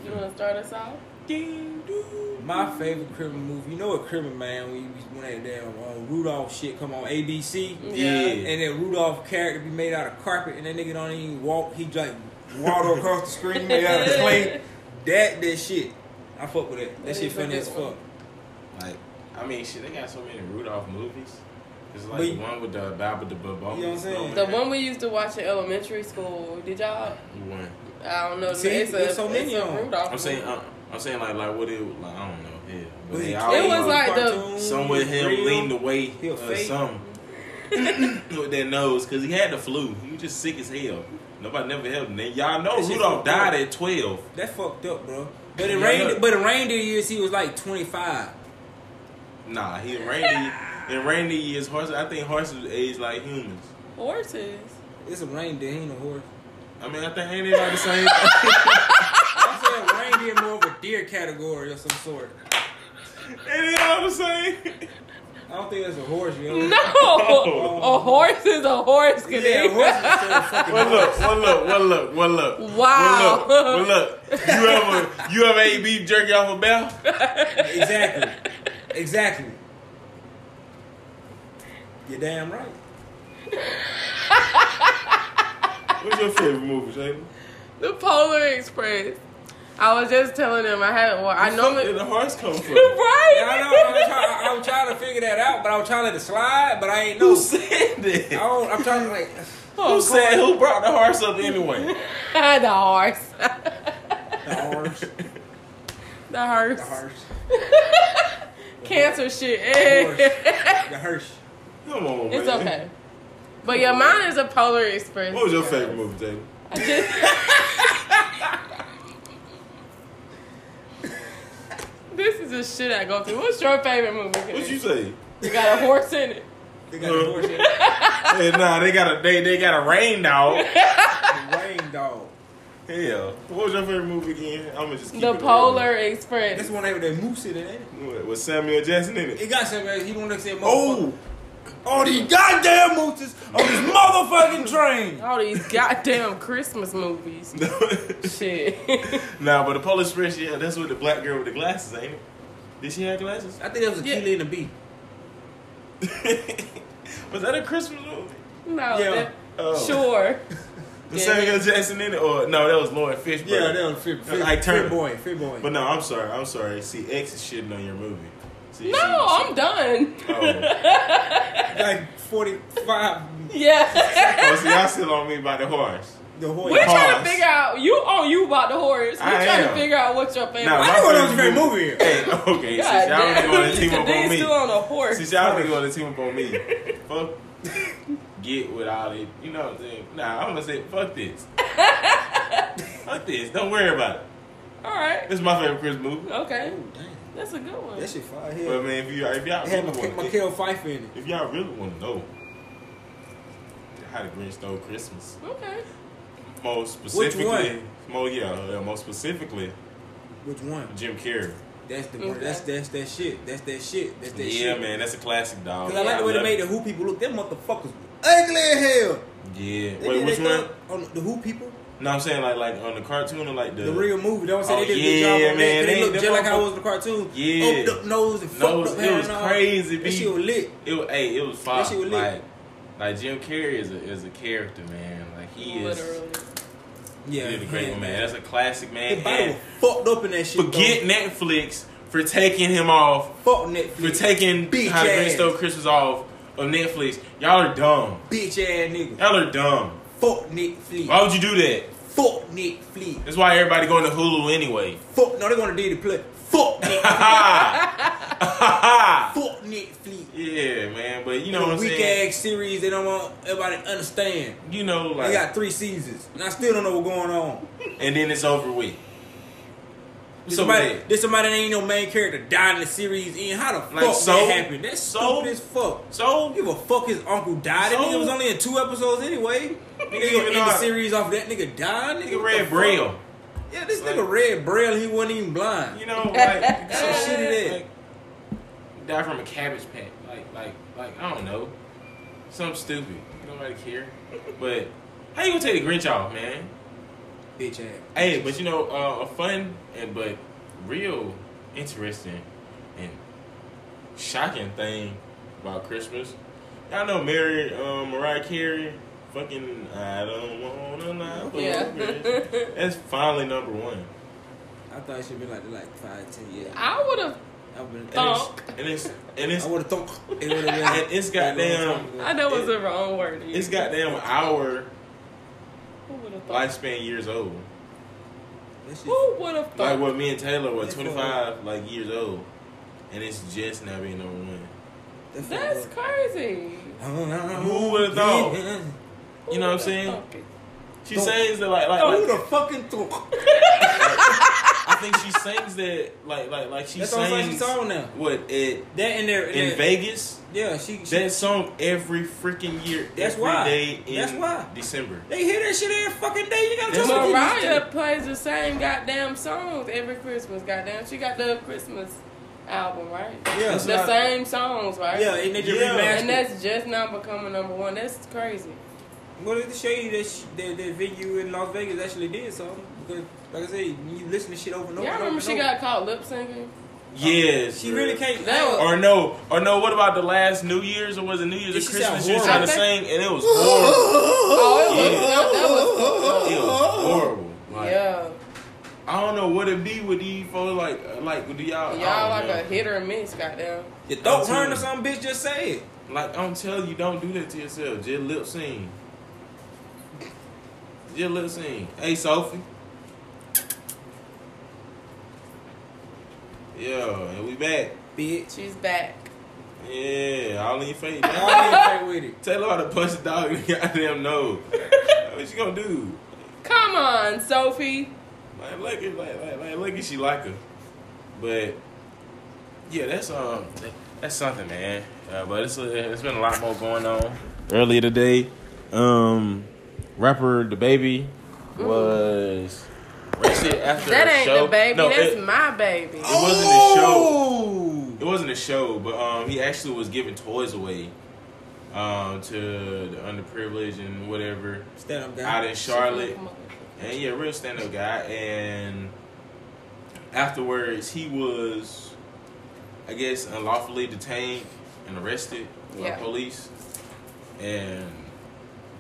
Speaker 3: You want to start us off?
Speaker 1: My favorite criminal movie. You know what criminal man when you when that damn uh, Rudolph shit come on ABC.
Speaker 3: Yeah.
Speaker 1: And then Rudolph character be made out of carpet, and that nigga don't even walk. He like waddle across the screen made out of clay. That that shit. I fuck with that. That,
Speaker 3: That
Speaker 1: shit
Speaker 3: is a
Speaker 1: funny
Speaker 3: good
Speaker 1: as fuck.
Speaker 3: one.
Speaker 2: Like, I mean, shit, they got so many Rudolph movies. It's like
Speaker 1: But-
Speaker 2: the one with the Baba the Bubba. Oh
Speaker 1: You know what I'm saying?
Speaker 3: The one we used to watch in elementary school. Did y'all?
Speaker 2: one.
Speaker 3: I don't know.
Speaker 1: See,
Speaker 3: it's a,
Speaker 1: there's so many
Speaker 3: it's a
Speaker 1: of 'em.
Speaker 3: Rudolph
Speaker 2: I'm saying,
Speaker 3: movie.
Speaker 2: uh, I'm saying like like what it like I don't know. Yeah, but
Speaker 1: Was
Speaker 2: they
Speaker 1: it
Speaker 2: always-
Speaker 3: It was like the-
Speaker 1: cartoon,
Speaker 2: Some with him
Speaker 1: real?
Speaker 2: leaned away
Speaker 1: He a
Speaker 2: or
Speaker 1: fake.
Speaker 2: something uh, with that nose because he had the flu. He was just sick as hell. Nobody never helped him. And y'all know
Speaker 1: That shit
Speaker 2: Rudolph
Speaker 1: fucked up.
Speaker 2: died at 12.
Speaker 1: That fucked up, bro. But it
Speaker 2: Yeah,
Speaker 1: rained.
Speaker 2: look.
Speaker 1: But it rained the years he was like 25.
Speaker 2: Nah, he in rainy. in rainy years, horses. I think horses age like humans.
Speaker 3: horses.
Speaker 1: It's a reindeer, he ain't a horse.
Speaker 2: I mean, I think ain't they like the same. thing?
Speaker 1: I said reindeer more of a deer category of some sort.
Speaker 2: ain't they all the same?
Speaker 1: I don't think that's a horse, yo.
Speaker 3: No, a horse is a horse.
Speaker 1: Oh. Yeah,
Speaker 3: Kadeem.
Speaker 1: a horse is still a fucking
Speaker 2: Well,
Speaker 1: horse.
Speaker 2: look, well, look, well, look, well, look.
Speaker 3: Wow.
Speaker 2: Well, look, well, look. You ever, you ever ate beef jerky off a bell?
Speaker 1: Exactly. Exactly. You're damn right.
Speaker 2: What's your favorite movie, Jalen?
Speaker 3: the Polar Express. I was just telling him I haven't. Well, I
Speaker 2: Where
Speaker 3: normally
Speaker 2: did the horse come from?
Speaker 3: right.
Speaker 1: Yeah, I know. I was, try, I, I was trying to figure that out, but I was trying to let it slide, but I ain't know.
Speaker 2: Who
Speaker 1: I
Speaker 2: said that?
Speaker 1: don't, I'm trying to like.
Speaker 3: Oh,
Speaker 2: Who said
Speaker 3: God.
Speaker 2: who brought the horse up anyway?
Speaker 3: the horse?
Speaker 1: The horse.
Speaker 3: The horse.
Speaker 1: The horse.
Speaker 3: Cancer shit.
Speaker 1: The
Speaker 3: Eh.
Speaker 1: horse. The horse.
Speaker 2: Come on, man.
Speaker 3: It's okay. But yeah, mine is a Polar Express.
Speaker 2: What was your favorite movie, David?
Speaker 3: I just- this is the shit I go through. What's your favorite movie?
Speaker 2: What you
Speaker 3: Kadeem?
Speaker 2: say?
Speaker 3: you got a horse in it.
Speaker 1: They got the horse. in it.
Speaker 2: hey, nah, they got a they they got a rain dog.
Speaker 1: The rain dog.
Speaker 2: Hell, what was your favorite movie again? I'm gonna just keep
Speaker 3: The
Speaker 2: it
Speaker 3: Polar
Speaker 1: This
Speaker 3: Express.
Speaker 1: one they with that moose in it, ain't it?
Speaker 2: real. What, with Samuel Jackson in it.
Speaker 1: It got something. He don't want to say
Speaker 2: Oh,
Speaker 1: motherfucker. All these goddamn mooses on this motherfucking train.
Speaker 3: All these goddamn Christmas movies. Shit.
Speaker 2: nah, but the Polar Express, yeah, that's with the black girl with the glasses, ain't it? Did she have glasses?
Speaker 1: I think that was a
Speaker 3: Yeah.
Speaker 1: Keely and a bee.
Speaker 2: was that a Christmas movie?
Speaker 3: no.
Speaker 1: Yeah.
Speaker 3: that-
Speaker 2: Oh.
Speaker 3: Sure.
Speaker 2: The
Speaker 3: Yeah.
Speaker 2: Samuel Jackson in it, or no, that was Lauren Fishburne.
Speaker 1: Yeah, that was Fit Fit,
Speaker 2: Ike Turner.
Speaker 1: fit Boy. Fit Boy.
Speaker 2: But no, I'm sorry. I'm sorry. See, X is shitting on your movie. See,
Speaker 3: No,
Speaker 2: she-
Speaker 3: I'm done.
Speaker 2: she- oh.
Speaker 1: like 45.
Speaker 3: Yeah.
Speaker 2: oh, see, y'all still on me by the horse.
Speaker 1: the Hoyas.
Speaker 3: We're trying
Speaker 2: Pause.
Speaker 3: to figure out you. Oh, you about the horse. We're
Speaker 2: I
Speaker 3: trying
Speaker 2: am.
Speaker 3: to figure out what your favorite.
Speaker 1: I
Speaker 2: Nah, my
Speaker 1: knew that was
Speaker 2: favorite
Speaker 1: a great movie. here.
Speaker 2: Hey, okay.
Speaker 3: God
Speaker 2: since y'all
Speaker 3: damn,
Speaker 2: niggas want to team up on
Speaker 3: Today's
Speaker 2: me,
Speaker 3: still on a horse.
Speaker 2: since y'all niggas want to team up on me, fuck, get with all it. You know what I'm saying? Nah, I'm gonna say fuck this. fuck this. Don't worry about it.
Speaker 3: All right.
Speaker 2: This is my favorite Christmas movie.
Speaker 3: Okay.
Speaker 1: Ooh, damn.
Speaker 3: That's a good one.
Speaker 1: That shit fire
Speaker 2: But
Speaker 1: here.
Speaker 2: man, if you if y'all
Speaker 1: It
Speaker 2: really
Speaker 1: had my,
Speaker 2: want
Speaker 1: my
Speaker 2: to,
Speaker 1: Kel Fife in it.
Speaker 2: if y'all really want to know how the Grinch stole Christmas,
Speaker 3: Okay.
Speaker 2: more specifically,
Speaker 1: one?
Speaker 2: more yeah, uh, more specifically,
Speaker 1: Which one?
Speaker 2: Jim Carrey.
Speaker 1: That's the one.
Speaker 3: Okay.
Speaker 1: That's that's that shit. That's that shit. That's that
Speaker 2: yeah,
Speaker 1: shit.
Speaker 2: man, that's a classic dog.
Speaker 1: Cause I like the way they
Speaker 2: love
Speaker 1: made the
Speaker 2: it.
Speaker 1: Who people look. Them motherfuckers ugly as hell.
Speaker 2: Yeah.
Speaker 1: They
Speaker 2: Wait,
Speaker 1: did
Speaker 2: which
Speaker 1: that
Speaker 2: one?
Speaker 1: thing On the Who people,
Speaker 2: No, I'm saying like like on the cartoon or like the,
Speaker 1: the, real movie. Don't say
Speaker 2: Oh,
Speaker 1: they did
Speaker 2: yeah,
Speaker 1: a good job on
Speaker 2: man,
Speaker 1: that. 'cause
Speaker 2: they-
Speaker 1: They look
Speaker 2: them
Speaker 1: just like how
Speaker 2: motherfuck-
Speaker 1: it was in the cartoon.
Speaker 2: Yeah.
Speaker 1: opened up nose and
Speaker 2: Nose-
Speaker 1: fucked up
Speaker 2: it
Speaker 1: hair
Speaker 2: was
Speaker 1: and all.
Speaker 2: crazy,
Speaker 1: That
Speaker 2: B.
Speaker 1: shit was lit.
Speaker 2: It was, hey, it was fire.
Speaker 1: That shit was lit.
Speaker 2: like, like Jim Carrey is a, is a character, man. Like he is,
Speaker 3: Literally.
Speaker 1: Yeah,
Speaker 2: he is a great
Speaker 1: yeah,
Speaker 2: one, man. That's a classic, man.
Speaker 1: His body was
Speaker 2: And
Speaker 1: fucked up in that shit.
Speaker 2: forget Netflix for taking him off,
Speaker 1: though. fuck Netflix.
Speaker 2: for taking
Speaker 1: Bitch
Speaker 2: How the Grinch
Speaker 1: ass.
Speaker 2: Stole Christmas off of Netflix. Y'all are dumb.
Speaker 1: bitch ass nigga.
Speaker 2: Y'all are dumb.
Speaker 1: Fuck Netflix.
Speaker 2: Why would you do that?
Speaker 1: Fuck Netflix.
Speaker 2: That's why everybody going to Hulu anyway.
Speaker 1: Fuck. No, they're gonna do the play. Fuck
Speaker 2: Ha
Speaker 1: Netflix.
Speaker 2: ha! Ha ha!
Speaker 1: fuck Netflix.
Speaker 2: Yeah, man. But you know what I'm
Speaker 1: weak
Speaker 2: saying.
Speaker 1: ass series they don't want everybody to understand.
Speaker 2: You know,
Speaker 1: They
Speaker 2: like,
Speaker 1: got three seasons, and I still don't know what's going on.
Speaker 2: and then it's over with.
Speaker 1: There's
Speaker 2: So
Speaker 1: somebody,
Speaker 2: bad.
Speaker 1: there's somebody that ain't no main character died in the series. And how the
Speaker 2: Like,
Speaker 1: fuck
Speaker 2: so-
Speaker 1: that happened? That's
Speaker 2: so-
Speaker 1: stupid as fuck.
Speaker 2: So
Speaker 1: Don't give a fuck his uncle died. That
Speaker 2: So-
Speaker 1: nigga was only in two episodes anyway. Nigga
Speaker 2: even
Speaker 1: gonna end
Speaker 2: know
Speaker 1: the
Speaker 2: how-
Speaker 1: series off that nigga died. Nigga
Speaker 2: nigga
Speaker 1: what the
Speaker 2: read
Speaker 1: fuck?
Speaker 2: braille.
Speaker 1: Yeah, this
Speaker 2: Like-
Speaker 1: nigga read braille. He wasn't even blind.
Speaker 2: You know, like
Speaker 1: Some shit it is.
Speaker 2: Like, die from a cabbage patch. Like, like, like I don't know. Something stupid. Nobody care. But how you gonna take the Grinch off, man?
Speaker 1: Bitch ass.
Speaker 2: Hey, but you know, uh, a fun and but real interesting and shocking thing about Christmas. Y'all know Mary, um, Mariah Carey, fucking I don't wanna lie. but
Speaker 3: Yeah.
Speaker 2: That's finally number one.
Speaker 1: I thought it should be like like five, ten years.
Speaker 3: I would have.
Speaker 1: I've been.
Speaker 2: And it's,
Speaker 3: Thunk.
Speaker 2: and it's and it's
Speaker 1: I would have thought it would
Speaker 2: and
Speaker 1: have been.
Speaker 2: it's goddamn
Speaker 3: I know it's the wrong word. to
Speaker 2: it's
Speaker 3: use.
Speaker 2: goddamn our
Speaker 3: Who would have thought?
Speaker 2: lifespan years old.
Speaker 1: That shit-
Speaker 3: Who would have
Speaker 2: Like
Speaker 3: thought?
Speaker 2: what me and Taylor were
Speaker 1: That's
Speaker 2: twenty five like years old. And it's just now being number one.
Speaker 1: that shit
Speaker 3: That's
Speaker 1: was-
Speaker 3: crazy.
Speaker 1: Who
Speaker 2: would've thought?
Speaker 3: Who
Speaker 2: You know what I'm
Speaker 3: would've
Speaker 2: saying?
Speaker 3: thunk it?
Speaker 2: She
Speaker 1: Don't-
Speaker 2: sings that like like,
Speaker 3: Oh,
Speaker 1: Who
Speaker 2: like
Speaker 1: the fucking thought?
Speaker 2: I think she sings that like like like she
Speaker 1: That's all
Speaker 2: sings
Speaker 1: she song now.
Speaker 2: what it
Speaker 1: That in there
Speaker 2: in Vegas.
Speaker 1: Yeah, she. she
Speaker 2: That song every freaking year.
Speaker 1: That's
Speaker 2: every
Speaker 1: why.
Speaker 2: day in
Speaker 1: That's why. Uh,
Speaker 2: December.
Speaker 1: they hear that shit every fucking day. You gotta
Speaker 2: That's
Speaker 1: tell
Speaker 2: what
Speaker 1: them.
Speaker 3: Mariah plays the same goddamn songs every Christmas. Goddamn, she got the Christmas album right.
Speaker 1: Yeah,
Speaker 3: It's the
Speaker 2: not-
Speaker 3: same songs right.
Speaker 1: yeah, and they just
Speaker 2: Yeah.
Speaker 1: remastered.
Speaker 3: And that's just now becoming number one. That's crazy.
Speaker 1: Well, to show you that, sh- that that venue in Las Vegas actually did something because, like I said, you listen to shit over and over.
Speaker 3: Y'all
Speaker 1: and
Speaker 3: remember
Speaker 1: over
Speaker 3: she
Speaker 1: and
Speaker 3: got caught lip syncing?
Speaker 2: Yes.
Speaker 1: over. She
Speaker 2: bruh.
Speaker 1: really can't.
Speaker 3: That was-
Speaker 2: Or no, or no. What about the last New Year's or was it New Year's or
Speaker 1: She sound
Speaker 2: Christmas? She was trying
Speaker 3: horrible.
Speaker 2: to sing and it was horrible.
Speaker 3: Oh, it was, that, that was
Speaker 2: it was horrible. Like,
Speaker 3: yeah.
Speaker 2: I don't know what it be with these folks. Like, uh, like do y'all?
Speaker 3: Y'all
Speaker 2: I
Speaker 3: like
Speaker 2: don't
Speaker 3: a hit or miss, goddamn.
Speaker 1: you thought
Speaker 2: I'm
Speaker 1: her or
Speaker 2: telling
Speaker 1: some bitch just say it.
Speaker 2: know. Like I'm telling you, don't do that to yourself. Just lip sync. Just lip sync. Hey Sophie. Yeah, and we back.
Speaker 1: Bitch.
Speaker 3: She's back.
Speaker 2: Yeah, all in your face.
Speaker 1: Y'all ain't right with it.
Speaker 2: Taylor ought to punch the dog in the goddamn nose. what you gonna do?
Speaker 3: Come on, Sophie.
Speaker 2: Like lucky, like like like lucky she like her, but yeah, that's um that- that's something, man. Uh, but it's a, it's been a lot more going on earlier today. Um, rapper the baby was arrested after
Speaker 3: Mm. That
Speaker 2: a
Speaker 3: ain't
Speaker 2: show.
Speaker 3: the baby.
Speaker 2: No,
Speaker 3: That's
Speaker 2: it, Oh. it
Speaker 3: my baby.
Speaker 2: wasn't a show.
Speaker 1: Oh.
Speaker 2: It wasn't a show, but um, he actually was giving toys away, um, to the underprivileged and whatever
Speaker 1: Stand up, guy.
Speaker 2: out in Charlotte. And yeah, real stand up guy. And afterwards, he was, I guess, unlawfully detained and arrested by
Speaker 3: Yeah.
Speaker 2: police. And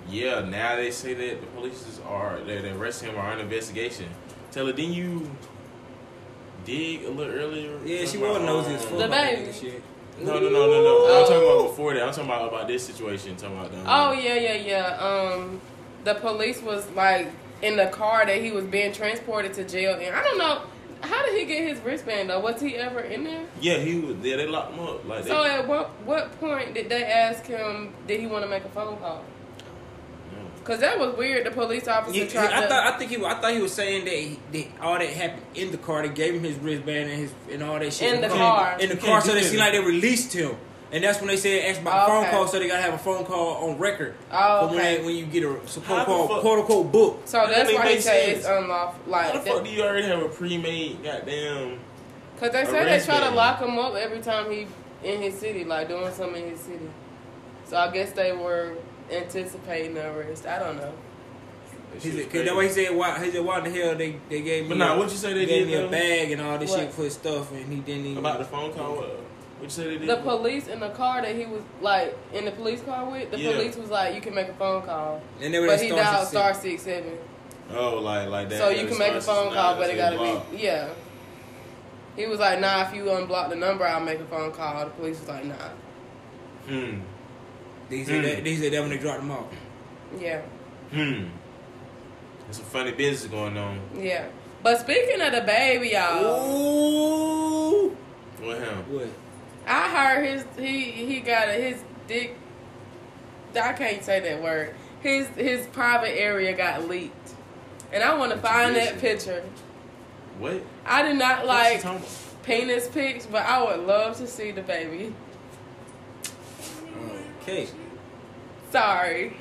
Speaker 2: yeah, now they say that the police is- are that they arrest him are on investigation. Taylor, didn't you dig a little earlier?
Speaker 1: Yeah, she
Speaker 2: Talking about,
Speaker 1: was nosy as
Speaker 2: um,
Speaker 1: fuck.
Speaker 3: The
Speaker 1: about that
Speaker 3: baby.
Speaker 1: shit.
Speaker 2: No, no, no, no, no. I'm talking
Speaker 3: Ooh.
Speaker 2: about before that. I'm talking about about this situation. Talking about um,
Speaker 3: Oh yeah, yeah, yeah. Um, the police was like in the car that he was being transported to jail in. I don't know how did he get his wristband though. Was he ever in there?
Speaker 2: Yeah, he was. Yeah, they locked him up. Like
Speaker 3: So
Speaker 2: they,
Speaker 3: at what what point did they ask him? Did he want to make a phone call?
Speaker 2: yeah.
Speaker 3: Cause that was weird. The police officer
Speaker 1: Yeah,
Speaker 3: tried
Speaker 1: I
Speaker 3: to.
Speaker 1: thought I think he was- I thought he was saying that, he, that all that happened in the car. They gave him his wristband and his and all that shit
Speaker 3: In the
Speaker 1: You
Speaker 3: car.
Speaker 1: can't- In the
Speaker 2: You
Speaker 1: car,
Speaker 2: can't
Speaker 1: so
Speaker 2: do
Speaker 1: they
Speaker 2: that.
Speaker 1: seemed like they released him, and that's when they said asked about a phone
Speaker 3: Oh, Okay.
Speaker 1: call. So they gotta have a phone call on record.
Speaker 3: Oh,
Speaker 1: For
Speaker 3: okay.
Speaker 1: when, they, when you get a so
Speaker 2: How the
Speaker 1: quote unquote,
Speaker 2: fuck-
Speaker 1: quote unquote book.
Speaker 3: so
Speaker 2: That
Speaker 3: that's
Speaker 2: don't
Speaker 3: why
Speaker 2: make
Speaker 3: he said
Speaker 2: sense.
Speaker 3: it's unlawful.
Speaker 2: How the
Speaker 3: Like,
Speaker 2: fuck do you already have a pre-made goddamn?
Speaker 3: because they said they try to
Speaker 2: Arrested.
Speaker 3: lock him up every time he in his city, like doing something in his city. So I guess they were anticipating the arrest. I don't know.
Speaker 2: That
Speaker 1: He
Speaker 2: shit
Speaker 1: said-
Speaker 2: crazy.
Speaker 1: 'cause That way he said why he said why in the hell they, they gave me
Speaker 2: But nah,
Speaker 1: a-
Speaker 2: what you say they
Speaker 1: gave
Speaker 2: did
Speaker 1: me a
Speaker 2: though?
Speaker 1: bag and all this
Speaker 3: What?
Speaker 1: shit for his stuff and he didn't even
Speaker 2: about the phone call? What, what you say they did?
Speaker 3: The police in the car that he was like in the police car with, the
Speaker 2: Yeah.
Speaker 3: police was like, "You can make a phone call,"
Speaker 1: and they were
Speaker 3: but
Speaker 1: that
Speaker 3: he
Speaker 1: Star
Speaker 3: dialed
Speaker 1: Six
Speaker 3: star
Speaker 1: Six.
Speaker 3: six seven.
Speaker 2: oh, like like that.
Speaker 3: So you can make a
Speaker 2: starts
Speaker 3: phone
Speaker 2: to
Speaker 3: call,
Speaker 2: snap,
Speaker 3: but it
Speaker 2: say
Speaker 3: gotta
Speaker 2: block.
Speaker 3: be yeah. He was like, nah. If you unblock the number, I'll make a phone call. The police was like, nah.
Speaker 2: Hmm.
Speaker 1: They said
Speaker 2: Mm.
Speaker 1: that they said that when they dropped him off.
Speaker 3: Yeah,
Speaker 2: Hmm. There's some funny business going on.
Speaker 3: yeah. But speaking of the baby, y'all,
Speaker 1: Ooh.
Speaker 2: What him?
Speaker 1: What?
Speaker 3: I heard his he he got a, his dick. I can't say that word. His his private area got leaked, and I want to find that picture.
Speaker 2: What?
Speaker 3: I do not
Speaker 2: What you
Speaker 3: like
Speaker 2: talking about?
Speaker 3: penis pics, but I would love to see the baby. Mm-hmm.
Speaker 1: Okay.
Speaker 3: Sorry.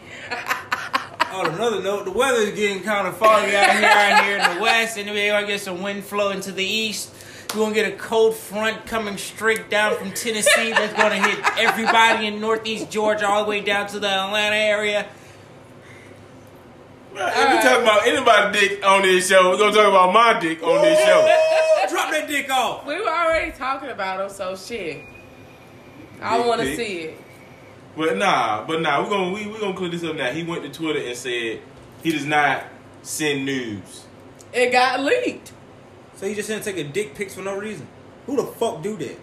Speaker 1: On another note, the weather is getting kind of foggy out here, out here in the west, and we're gonna get some wind flowing to the east. We're gonna get a cold front coming straight down from Tennessee that's gonna hit everybody in Northeast Georgia all the way down to the Atlanta area.
Speaker 2: Man, if we talk about anybody's dick on this show, we're gonna talk about my dick on this show.
Speaker 1: Drop that dick off.
Speaker 3: We were already talking about him, so shit. I
Speaker 2: Big
Speaker 3: want to
Speaker 2: dick.
Speaker 3: see it.
Speaker 2: But nah, but nah, we're gonna we, we gonna clear this up now. He went to Twitter and said he does not send news.
Speaker 3: It got leaked.
Speaker 1: So you just didn't take a dick pics for no reason. Who the fuck do that?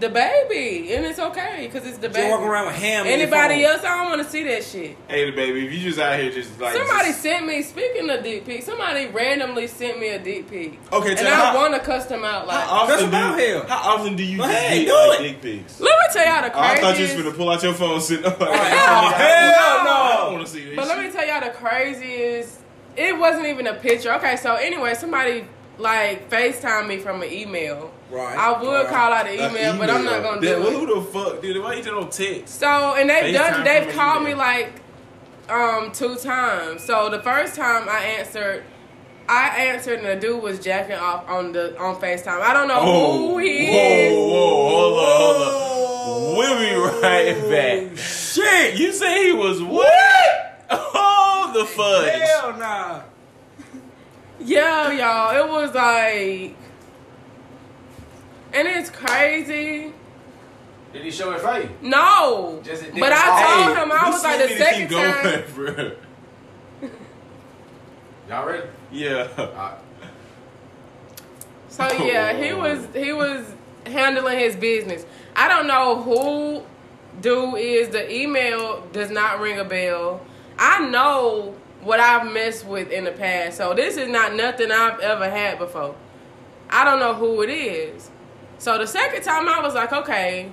Speaker 3: The baby, and it's okay because it's the
Speaker 1: They walk
Speaker 3: baby.
Speaker 1: around with ham. in their
Speaker 3: Anybody
Speaker 1: phone.
Speaker 3: else? I don't want to see that shit.
Speaker 2: Hey the baby, if you just out here just like
Speaker 3: Somebody
Speaker 2: just-
Speaker 3: sent me. Speaking of dick pic, somebody randomly sent me a dick pic,
Speaker 2: Okay,
Speaker 3: and
Speaker 2: tell
Speaker 3: I
Speaker 2: how,
Speaker 3: want to cuss them out. Like,
Speaker 2: how often
Speaker 1: That's about
Speaker 2: do,
Speaker 1: hell.
Speaker 2: How often do you
Speaker 1: Go
Speaker 2: just
Speaker 1: ahead,
Speaker 2: get
Speaker 1: do
Speaker 2: like
Speaker 1: it.
Speaker 2: dick pics?
Speaker 3: let me tell y'all the
Speaker 2: Oh, I thought you was
Speaker 3: craziest.
Speaker 2: gonna pull out your phone and sit up.
Speaker 1: hell no.
Speaker 2: I don't wanna see this
Speaker 3: But let me
Speaker 2: shit.
Speaker 3: tell y'all the craziest. It wasn't even a picture. Okay, so anyway, somebody like Facetime me from an email.
Speaker 1: Right.
Speaker 3: I would
Speaker 1: Right.
Speaker 3: call out the
Speaker 2: A
Speaker 3: email, but I'm not
Speaker 2: email.
Speaker 3: gonna
Speaker 2: That-
Speaker 3: do
Speaker 2: well,
Speaker 3: it.
Speaker 2: Who the fuck, dude? Why you just don't text?
Speaker 3: So and
Speaker 2: FaceTime
Speaker 3: they've done they've
Speaker 2: from
Speaker 3: called me
Speaker 2: email.
Speaker 3: like um two times. So the first time I answered I answered and the dude was jacking off on the on FaceTime. I don't know who Oh, he
Speaker 2: Oh, Whoa,
Speaker 3: is.
Speaker 2: whoa, hold on, hold on. We'll be right back. Shit, you say he was what? Oh, the fudge.
Speaker 1: Hell nah.
Speaker 3: Yeah, y'all. It was like and it's crazy.
Speaker 6: Did he show it for you?
Speaker 3: No.
Speaker 6: Just it
Speaker 3: But
Speaker 6: didn't
Speaker 3: I told
Speaker 2: Hey,
Speaker 3: him I
Speaker 2: this
Speaker 3: was
Speaker 2: shit
Speaker 3: like the
Speaker 2: need to
Speaker 3: second
Speaker 2: keep going,
Speaker 3: time.
Speaker 2: bro.
Speaker 6: Y'all ready? All
Speaker 2: Yeah.
Speaker 6: right.
Speaker 3: So yeah, he was he was handling his business. I don't know who dude is. The email does not ring a bell. I know what I've messed with in the past, so this is not nothing I've ever had before. I don't know who it is. So the second time I was like, okay,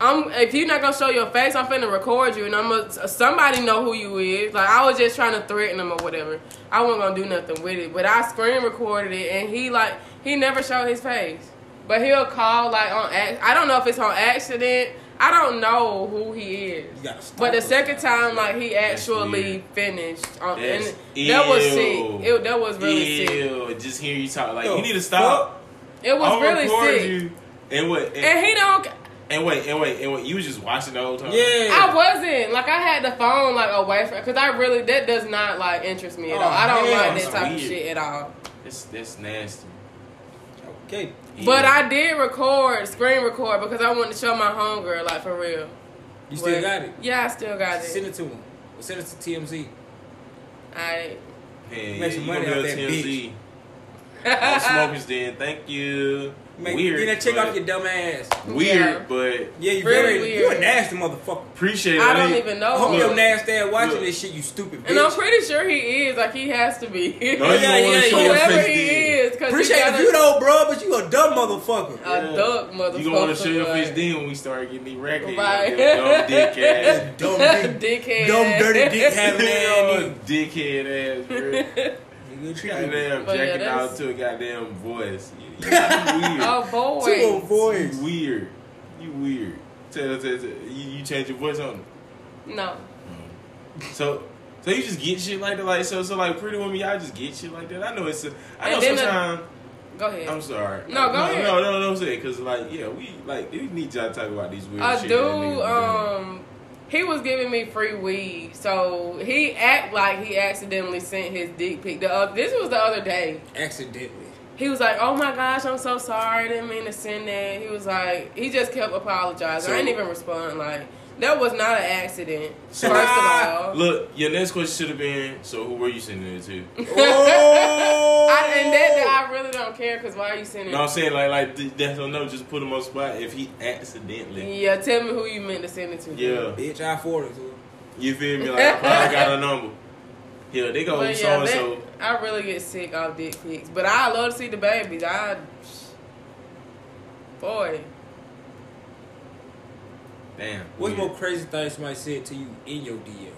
Speaker 3: I'm if you're not gonna show your face, I'm finna record you, and I'm gonna somebody know who you is. Like I was just trying to threaten him or whatever. I wasn't gonna do nothing with it, but I screen recorded it, and he like he never showed his face, but he'll call like on ac- I don't know if it's on accident. I don't know who he is.
Speaker 1: You gotta stop
Speaker 3: But the
Speaker 1: it.
Speaker 3: second time, like he
Speaker 2: That's
Speaker 3: actually finished, on, and
Speaker 2: That's-
Speaker 3: that was
Speaker 2: Ew.
Speaker 3: sick. It, that was really sick.
Speaker 2: Ew, just hear you talk. Like,
Speaker 1: Yo,
Speaker 2: you need to stop.
Speaker 3: It was
Speaker 2: I'll
Speaker 3: really
Speaker 2: record
Speaker 3: sick.
Speaker 2: you. And what? And,
Speaker 3: And he don't.
Speaker 2: and wait, and wait, and wait. You was just watching the whole time?
Speaker 1: Yeah.
Speaker 3: I wasn't like I had the phone like away from because I really that does not like interest me at all.
Speaker 1: Oh,
Speaker 3: I don't
Speaker 1: hell,
Speaker 3: like
Speaker 2: that's
Speaker 3: that type of
Speaker 2: weird.
Speaker 3: shit at all.
Speaker 2: That's, that's nasty.
Speaker 1: Okay.
Speaker 3: But
Speaker 2: Yeah.
Speaker 3: I did record screen record because I wanted to show my homegirl like for real.
Speaker 1: You still
Speaker 3: But-
Speaker 1: got it.
Speaker 3: Yeah, I still got
Speaker 1: Send
Speaker 3: it.
Speaker 1: it to him. Or send it to TMZ.
Speaker 3: I
Speaker 2: Hey,
Speaker 1: Make some
Speaker 2: you
Speaker 1: money
Speaker 2: gonna
Speaker 1: off
Speaker 2: be on
Speaker 1: that
Speaker 3: Uh-uh.
Speaker 2: TMZ. All smokers then. Thank you.
Speaker 1: Make,
Speaker 2: Weird,
Speaker 1: Get that chick off
Speaker 2: but-
Speaker 1: your dumb ass.
Speaker 2: Weird,
Speaker 3: Yeah.
Speaker 2: but
Speaker 1: Yeah, you
Speaker 3: Really
Speaker 1: very
Speaker 3: weird.
Speaker 1: you a nasty motherfucker.
Speaker 2: appreciate it.
Speaker 3: I don't even know.
Speaker 1: I hope your
Speaker 2: Look.
Speaker 1: nasty ass watching
Speaker 2: Look.
Speaker 1: this shit, you stupid bitch.
Speaker 3: Oh, And I'm pretty sure he is. Like he has to be.
Speaker 2: No, you
Speaker 1: Yeah,
Speaker 2: don't want
Speaker 1: yeah,
Speaker 2: to show your
Speaker 3: Whoever
Speaker 2: face
Speaker 3: he
Speaker 2: then.
Speaker 3: is, because
Speaker 1: Appreciate
Speaker 3: gotta,
Speaker 1: the view though, bro, but you a dumb motherfucker.
Speaker 3: a
Speaker 2: Yeah.
Speaker 3: duck motherfucker.
Speaker 2: You gonna want to show your face
Speaker 3: like,
Speaker 2: then when we start getting these records.
Speaker 3: Right.
Speaker 2: Right. Dumb dick ass.
Speaker 1: Dumb dick,
Speaker 3: dickhead,
Speaker 1: dumb dirty dick having ass.
Speaker 2: Dumb dickhead ass, bro.
Speaker 1: nigga. Treat me
Speaker 2: Goddamn,
Speaker 3: But yeah,
Speaker 2: jacking
Speaker 3: that's-
Speaker 2: out to a goddamn voice. You, you weird.
Speaker 3: Oh
Speaker 1: to a
Speaker 3: boy.
Speaker 1: voice.
Speaker 2: You weird. You weird. Tell, tell, tell. You, you change your voice on them.
Speaker 3: No.
Speaker 2: So, so you just get shit like that. Like so, so like pretty women, y'all just get shit like that. I know it's. A, I know
Speaker 3: And then the-
Speaker 2: sometimes.
Speaker 3: Go ahead.
Speaker 2: I'm sorry.
Speaker 3: No, go
Speaker 2: no,
Speaker 3: ahead.
Speaker 2: No, no, no. I'm saying because like yeah, we like we need y'all to talk about these weird.
Speaker 3: a
Speaker 2: shit
Speaker 3: Uh, dude,
Speaker 2: that niggas be doing.
Speaker 3: um, he was giving me free weed, so he act like he accidentally sent his dick pic. The, uh, this was the other day.
Speaker 1: Accidentally.
Speaker 3: He was like, "Oh my gosh, I'm so sorry, I didn't mean to send that." He was like, he just kept apologizing.
Speaker 2: So-
Speaker 3: I didn't even respond. Like that was not an accident.
Speaker 2: So-
Speaker 3: first of all,
Speaker 2: Look, your next question should have been, so who were you sending it to? no,
Speaker 1: Oh,
Speaker 3: I, and that, that
Speaker 2: Oh.
Speaker 3: I really don't care because why are you sending?
Speaker 2: I'm saying like like th- that's on no, just put him on spot if he accidentally.
Speaker 3: yeah, tell me who you meant to send it to.
Speaker 2: Yeah,
Speaker 1: bitch, I forwarded to her.
Speaker 2: you feel me? Like if I got a number. Yeah, they go
Speaker 3: But
Speaker 2: so
Speaker 3: yeah,
Speaker 2: and
Speaker 3: that,
Speaker 2: so.
Speaker 3: I really get sick off dick pics, but I love to see the babies. I, boy,
Speaker 2: Damn.
Speaker 1: What's
Speaker 2: weird.
Speaker 1: more crazy thing somebody said to you in your DM?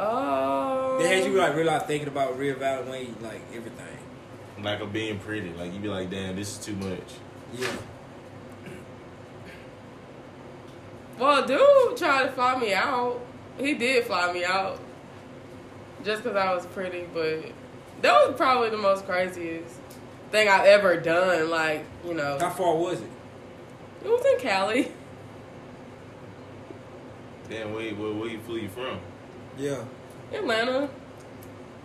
Speaker 3: oh,
Speaker 1: They had you like really like thinking about reevaluating like everything.
Speaker 2: like I'm being pretty. Like you be like, damn, this is too much.
Speaker 1: Yeah.
Speaker 3: Well, dude tried to fly me out. He did fly me out, just because I was pretty. But that was probably the most craziest thing I've ever done. Like you know,
Speaker 1: How far was it?
Speaker 3: it was in Cali.
Speaker 2: Damn, where where, where you flew you from?
Speaker 1: Yeah.
Speaker 3: Atlanta.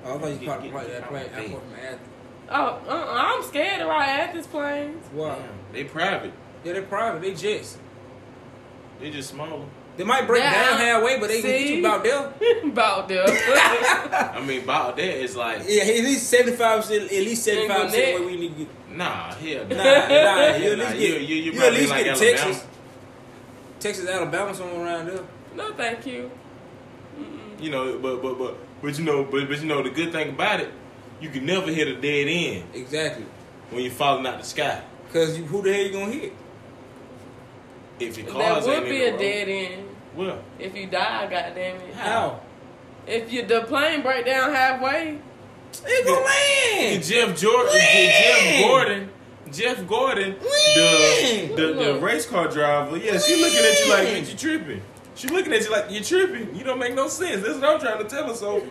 Speaker 1: Oh, I thought you
Speaker 2: Get-
Speaker 1: caught
Speaker 2: get-
Speaker 1: like
Speaker 2: get
Speaker 1: that
Speaker 2: out
Speaker 1: plane.
Speaker 2: my
Speaker 1: I
Speaker 2: face.
Speaker 1: caught from Athens.
Speaker 3: Oh, uh-uh, I'm scared to ride Athens planes.
Speaker 1: Wow.
Speaker 2: Damn, they private.
Speaker 1: Yeah, they're private. They jets.
Speaker 2: They just smaller.
Speaker 1: They might break
Speaker 3: That-
Speaker 1: down halfway, but they can get
Speaker 3: See?
Speaker 1: you about there.
Speaker 3: About there.
Speaker 2: I mean, about that is like,
Speaker 1: Yeah, at least seventy five percent. At least seventy
Speaker 3: In
Speaker 1: five percent
Speaker 3: Gwinnett.
Speaker 1: where we need to get.
Speaker 2: nah, hell,
Speaker 1: Nah,
Speaker 2: nah,
Speaker 1: nah.
Speaker 2: nah,
Speaker 1: You
Speaker 2: you
Speaker 1: at least
Speaker 2: you,
Speaker 1: get.
Speaker 2: you, you
Speaker 1: You at
Speaker 2: probably
Speaker 1: least
Speaker 2: like
Speaker 1: get
Speaker 2: Alabama.
Speaker 1: Texas, Texas, Alabama, somewhere around there.
Speaker 3: no, thank you.
Speaker 2: You know, but but but but you know, but but you know, the good thing about it, you can never hit a dead end
Speaker 1: Exactly.
Speaker 2: when you're falling out the sky.
Speaker 1: Cause you, who the hell you gonna hit?
Speaker 2: If your
Speaker 3: That
Speaker 2: cars
Speaker 3: would
Speaker 2: ain't in
Speaker 3: be a
Speaker 2: the road.
Speaker 3: dead end.
Speaker 2: Well,
Speaker 3: If you die, goddamn it.
Speaker 1: How?
Speaker 3: If you the plane break down halfway,
Speaker 1: It's gonna land.
Speaker 2: And Jeff Jordan, Jeff Gordon, Jeff Gordon, the,
Speaker 1: Win!
Speaker 2: the the
Speaker 3: Look.
Speaker 2: race car driver. Yeah, she looking at you like,
Speaker 1: Win!
Speaker 2: man, you tripping. She looking at you like you're tripping. You don't make no sense. That's what I'm trying to tell her. So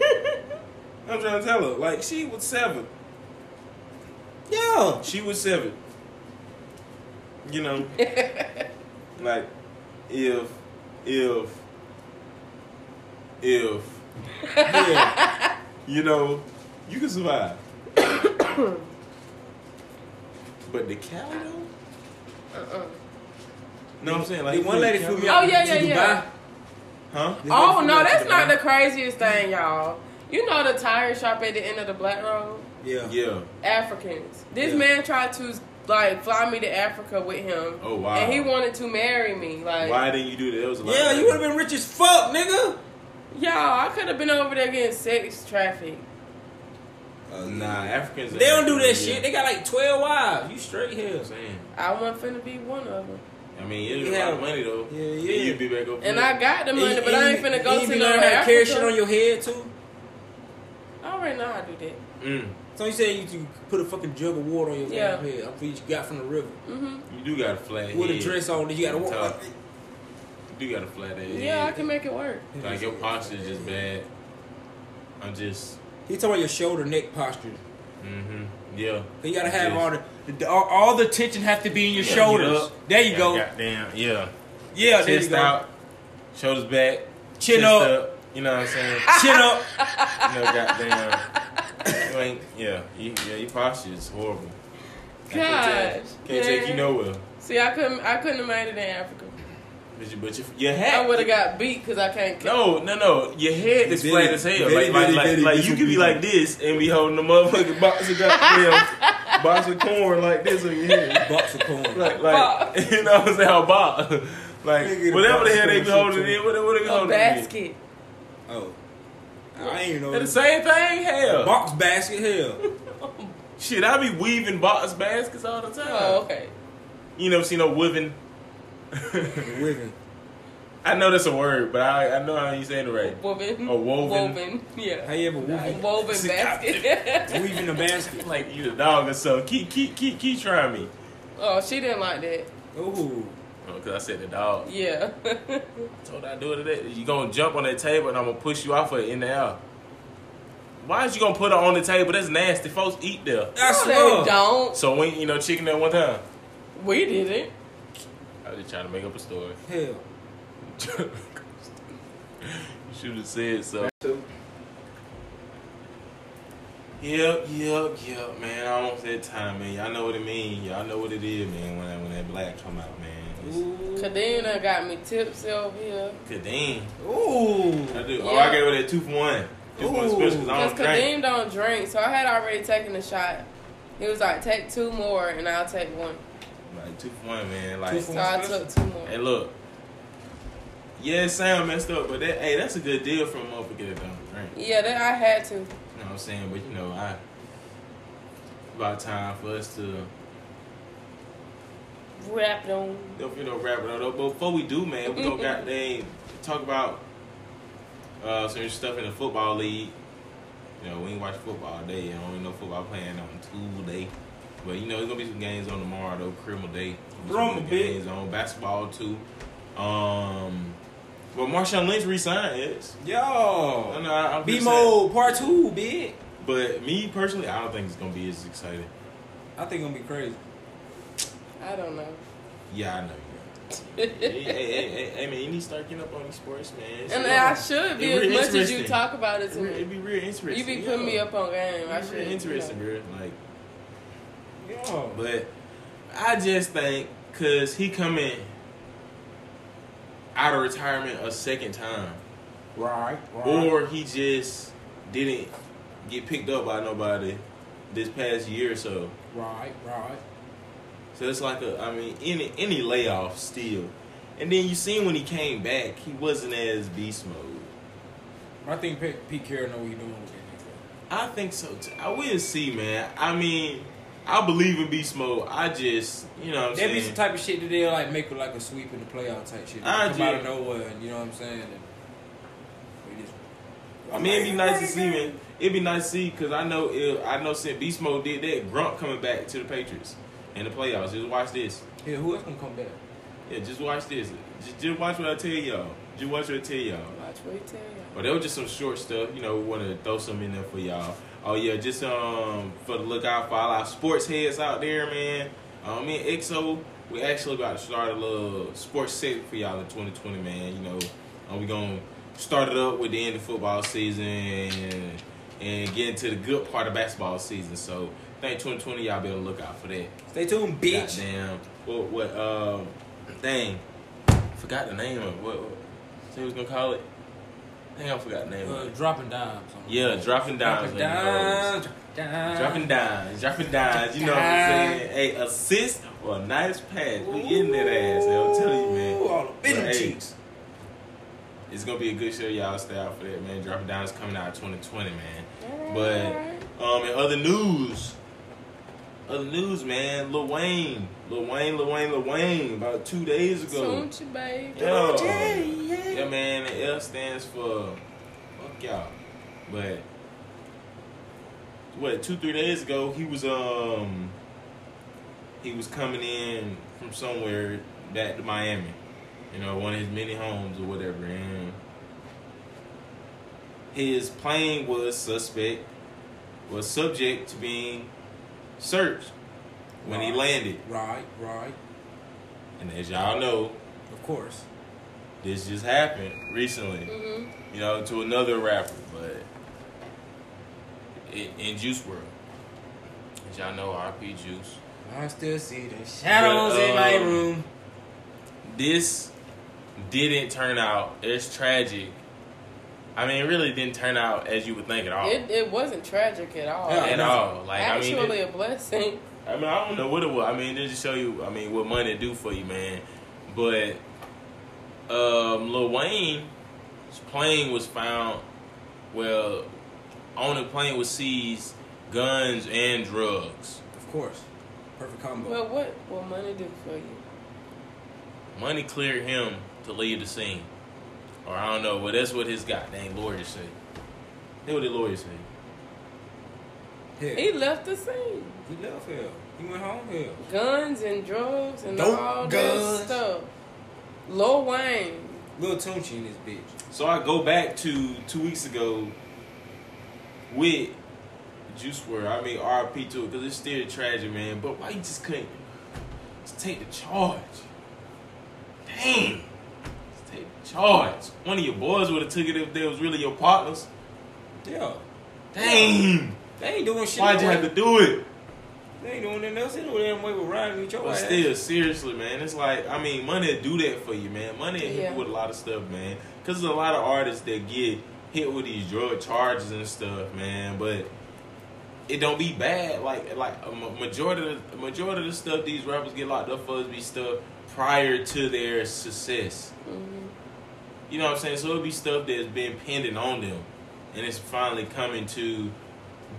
Speaker 2: I'm trying to tell her like she was seven.
Speaker 1: Yeah.
Speaker 2: She was seven. You know, like if if if
Speaker 1: yeah.
Speaker 2: you know you can survive. but the cow though.
Speaker 3: uh-uh.
Speaker 2: No, I'm saying like
Speaker 1: The one lady flew me
Speaker 3: Oh,
Speaker 1: out
Speaker 3: yeah,
Speaker 1: to
Speaker 3: yeah,
Speaker 1: Dubai.
Speaker 3: yeah.
Speaker 2: Huh?
Speaker 1: This lady
Speaker 3: Oh
Speaker 1: flew me
Speaker 3: no,
Speaker 1: out to
Speaker 3: that's not
Speaker 1: Dubai.
Speaker 3: the craziest thing, y'all. You know the tire shop at the end of the Black Road?
Speaker 1: Yeah.
Speaker 2: Yeah.
Speaker 3: Africans. This
Speaker 1: Yeah.
Speaker 3: man tried to like fly me to Africa with him.
Speaker 2: Oh, wow.
Speaker 3: And he wanted to marry me. Like
Speaker 2: Why didn't you do that? That was a lot.
Speaker 1: Yeah, you would have been rich as fuck, nigga.
Speaker 3: y'all, I could have been over there getting sex traffic.
Speaker 2: Uh, Nah, Africans.
Speaker 1: They don't do that shit. They got like twelve wives. You straight here.
Speaker 2: I'm saying.
Speaker 3: I wasn't finna be one of them.
Speaker 2: I mean, it was
Speaker 1: Yeah.
Speaker 2: a lot of money though.
Speaker 1: Yeah, yeah.
Speaker 2: You'd be back up.
Speaker 3: And
Speaker 2: there.
Speaker 3: I got the money, but I ain't finna go
Speaker 1: you
Speaker 3: to
Speaker 1: be
Speaker 3: no
Speaker 1: learning how to carry
Speaker 3: Africa.
Speaker 1: shit on your head too.
Speaker 3: I already know how to do
Speaker 2: Mm,
Speaker 1: So you said you, you put a fucking jug of water on your
Speaker 3: Yeah.
Speaker 1: damn head. I'm pretty you got from the river.
Speaker 3: that. hmm
Speaker 2: you do got a flat
Speaker 1: With
Speaker 2: head.
Speaker 1: a dress on, then you gotta walk.
Speaker 2: Tough.
Speaker 1: Like, this.
Speaker 2: You do got a flat head.
Speaker 3: Yeah, I can make it work.
Speaker 2: Like your posture is just bad. I'm just.
Speaker 1: He talking about your shoulder, neck posture.
Speaker 2: Mm-hmm. Yeah.
Speaker 1: You gotta have
Speaker 2: Yes.
Speaker 1: all the, the all, all the tension have to be in your shoulders. There you go.
Speaker 2: Goddamn. Yeah.
Speaker 1: Yeah, there you
Speaker 2: Chest
Speaker 1: go.
Speaker 2: out. Shoulders back.
Speaker 1: Chin
Speaker 2: chest
Speaker 1: up.
Speaker 2: You know what I'm saying?
Speaker 1: Chin up.
Speaker 2: no goddamn. You ain't. Yeah. You, yeah. Your posture is horrible. I Can't,
Speaker 3: Gosh,
Speaker 2: take- can't take you
Speaker 3: man.
Speaker 2: nowhere.
Speaker 3: See, I couldn't, I couldn't have made it in Africa.
Speaker 2: But you, but you, your
Speaker 3: I
Speaker 2: hat.
Speaker 3: would have got beat because I can't.
Speaker 2: No, no, no. Your head is
Speaker 1: Very,
Speaker 2: flat as hell.
Speaker 1: very,
Speaker 2: like, like,
Speaker 1: very,
Speaker 2: like,
Speaker 1: very
Speaker 2: like you could be
Speaker 1: different
Speaker 2: like this and be holding the motherfucking box of goddamn box of corn like this on your head.
Speaker 1: Box of corn.
Speaker 2: Like, like you know what I'm saying? A box. Like,
Speaker 1: Nigga, the
Speaker 2: whatever the
Speaker 1: box
Speaker 2: hell
Speaker 1: corn
Speaker 2: they be
Speaker 1: shit
Speaker 2: holding
Speaker 1: too.
Speaker 2: in, what, what they be
Speaker 3: A
Speaker 2: holding in?
Speaker 3: basket.
Speaker 1: Oh. I ain't even know.
Speaker 2: They're the
Speaker 1: this-
Speaker 2: same thing? Hell.
Speaker 1: Box basket, hell.
Speaker 2: Shit, I be weaving box baskets all the time.
Speaker 3: Oh, okay.
Speaker 2: You never see no woven.
Speaker 1: Wiggin.
Speaker 2: I know that's a word, but I, I know how you saying it right.
Speaker 3: Woven.
Speaker 2: A woven-
Speaker 3: Woven.
Speaker 1: How
Speaker 3: Yeah.
Speaker 1: you ever weaving,
Speaker 3: Woven
Speaker 2: It's a
Speaker 3: basket.
Speaker 1: weaving a basket?
Speaker 2: Like you the dog or so. Keep keep keep keep trying me.
Speaker 3: oh, she didn't like that.
Speaker 1: Ooh.
Speaker 2: Oh, Cause I said the dog.
Speaker 3: Yeah.
Speaker 2: I told her I do it today. You gonna jump on that table and I'm gonna push you off of it in the air. Why is you gonna put her on the table? That's nasty. Folks eat there.
Speaker 1: That's
Speaker 3: no,
Speaker 1: love.
Speaker 3: they don't.
Speaker 2: So we you know chicken that one time.
Speaker 3: We didn't.
Speaker 2: I was just trying to make up a story.
Speaker 1: Hell.
Speaker 2: you should have said so. Yep, yep, yep, man. I don't that time, man. Y'all know what it mean. Y'all know what it is, man. When that, when that black come out, man. It's
Speaker 3: Kadena got me tips over here.
Speaker 2: Kadeem.
Speaker 1: Ooh.
Speaker 2: I do. Oh, I gave her that two for one. Two for one special because I
Speaker 3: Because
Speaker 2: don't drink.
Speaker 3: Kadeem don't drink, so I had already taken a shot. He was like, take two more and I'll take one.
Speaker 2: Like two for one, man.
Speaker 1: Two
Speaker 2: Like,
Speaker 1: for
Speaker 3: So I took two more.
Speaker 2: hey, look. Yeah, it sound messed up, but that hey, that's a good deal for a motherfucker that don't drink.
Speaker 3: Yeah, that I had to.
Speaker 2: You know what I'm saying? But you know, I about time for us to
Speaker 3: Wrap it on.
Speaker 2: you know wrap it up. But before we do, man, we gonna goddamn talk about uh some stuff in the football league. You know, we ain't watch football all day. I don't even know football playing on Tuesday. But you know, there's gonna be some games on tomorrow though, criminal day. There's
Speaker 1: Rumble,
Speaker 2: gonna be some games on basketball too. Um but Marshawn Lynch resigned, yes. I
Speaker 1: Yo.
Speaker 2: know, I- I'm
Speaker 1: B
Speaker 2: just saying.
Speaker 1: mode part two, big.
Speaker 2: But me personally, I don't think it's gonna be as exciting.
Speaker 1: I think I'm gonna be crazy.
Speaker 3: I don't know.
Speaker 2: Yeah, I know. you right. hey, hey, hey, hey, hey, man, you need to start getting up on these sports, man. It's-
Speaker 3: And
Speaker 2: yo,
Speaker 3: I should be
Speaker 2: It
Speaker 3: as
Speaker 2: really
Speaker 3: much as you
Speaker 2: interesting.
Speaker 3: talk about it
Speaker 2: It
Speaker 3: to
Speaker 2: re-
Speaker 3: me.
Speaker 2: It'd be real interesting.
Speaker 3: You be
Speaker 2: yo.
Speaker 3: putting me up on game. I
Speaker 2: It'd be
Speaker 3: should.
Speaker 2: real interesting,
Speaker 3: you
Speaker 2: bro. Like,
Speaker 1: Yo.
Speaker 2: but I just think because he come in out of retirement a second time,
Speaker 1: Right, right.
Speaker 2: or he just didn't get picked up by nobody this past year or so.
Speaker 1: right, right.
Speaker 2: So it's like a, I mean, any any layoff still. And then you seen when he came back, he wasn't as beast mode.
Speaker 1: I think Pete, Pete Carroll know what he doing with that
Speaker 2: I think so. Too. I will see, man. I mean, I believe in beast mode. I just, you know, what I'm
Speaker 1: nigga. That'd be some
Speaker 2: saying.
Speaker 1: type of shit that they'll like make like a sweep in the playoff type shit.
Speaker 2: I
Speaker 1: Come out of
Speaker 2: did.
Speaker 1: nowhere, and you know what I'm saying? And we just,
Speaker 2: I mean, it'd be nice to see, man. It'd be nice to see because I know, it, I know, since beast mode did that, Grunt coming back to the Patriots in the playoffs. Just watch this.
Speaker 1: Yeah, who else gonna come back?
Speaker 2: Yeah, just watch this. Just, just watch what I tell y'all. Just watch what I tell y'all.
Speaker 3: know. Watch what you tell you.
Speaker 2: But they were just some short stuff. You know, we want to throw some in there for y'all. Oh yeah, just um for the lookout for all our sports heads out there, man. Um, me and EXO, we actually about to start a little sports segment for y'all in 2020, man. You know, um, we gonna start it up with the end of football season and, and get into the good part of basketball season. So, I think 2020, y'all be on the lookout for that.
Speaker 1: Stay tuned, bitch.
Speaker 2: Goddamn. What, what, um, dang. Forgot the name of it. What, what, say we was gonna call it? Dang, I forgot the name
Speaker 1: Uh,
Speaker 2: of it.
Speaker 1: dropping dimes. on-
Speaker 2: Yeah, dropping dimes.
Speaker 1: Dropping dimes. dimes.
Speaker 2: Dropping dimes. Dropping dimes. You know what I'm saying? Hey, assist or a nice pass. We getting that ass. I'm telling you,
Speaker 1: Ooh,
Speaker 2: man.
Speaker 1: All up in
Speaker 2: But,
Speaker 1: them
Speaker 2: hey,
Speaker 1: cheeks.
Speaker 2: It's gonna be a good show. Y'all stay out for that, man. Dropping dimes coming out 2020, man. But um, in other news, other news, man. Lil Wayne, Lil Wayne, Lil Wayne, Lil Wayne. About two days ago.
Speaker 3: Don't you, babe?
Speaker 2: Yo. Yeah, man. The L stands for fuck y'all. But what two three days ago he was um he was coming in from somewhere back to Miami, you know, one of his many homes or whatever, and his plane was suspect was subject to being searched when he
Speaker 1: Right.
Speaker 2: landed,
Speaker 1: Right, right.
Speaker 2: and as y'all know,
Speaker 1: Of course.
Speaker 2: this just happened recently
Speaker 3: hmm
Speaker 2: you know, to another rapper, but in, in Juice World, which y'all know RP Juice.
Speaker 1: I still see the shadows in my
Speaker 2: um,
Speaker 1: room.
Speaker 2: This didn't turn out as tragic. I mean, it really didn't turn out as you would think at all.
Speaker 3: It, it wasn't tragic at all.
Speaker 1: Yeah,
Speaker 2: at all, like I mean,
Speaker 3: Actually,
Speaker 2: it-
Speaker 3: a blessing.
Speaker 2: I mean, I don't know what it was. I mean, just to show you, I mean, what money do for you, man. But um, Lil Wayne's plane was found. Well, on the plane was seized guns and drugs.
Speaker 1: Of course. Perfect combo.
Speaker 3: Well, what will money do for you?
Speaker 2: Money cleared him to leave the scene, or I don't know. Well, that's what his goddamn lawyer said. That's what the lawyer said.
Speaker 1: hell.
Speaker 3: He left the scene.
Speaker 1: He left hell. He went home hell.
Speaker 3: Guns and drugs and
Speaker 1: Dope
Speaker 3: all
Speaker 1: guns.
Speaker 3: that stuff. Lil Wayne.
Speaker 1: Little Tunchi in this bitch.
Speaker 2: So I go back to two weeks ago with Juice WRLD. I mean, RP to it because it's still tragic, man. But why you just couldn't just take the charge? Damn, just take the charge. One of your boys would have took it if they was really your partners.
Speaker 1: Yeah.
Speaker 2: Damn,
Speaker 1: They ain't doing shit.
Speaker 2: why'd
Speaker 1: no
Speaker 2: you
Speaker 1: way.
Speaker 2: have to do it?
Speaker 1: They ain't doing nothing else. They know damn way with riding with your
Speaker 2: But
Speaker 1: ass.
Speaker 2: still, seriously, man, it's like I mean, money do that for you, man. Money hit you
Speaker 3: Yeah.
Speaker 2: with a lot of stuff, man. Cause there's a lot of artists that get hit with these drug charges and stuff, man. But it don't be bad. Like like a ma- majority of the, majority of the stuff these rappers get locked up for is be stuff prior to their success.
Speaker 3: Mhm.
Speaker 2: You know what I'm saying? So it'll be stuff that's been pending on them, and it's finally coming to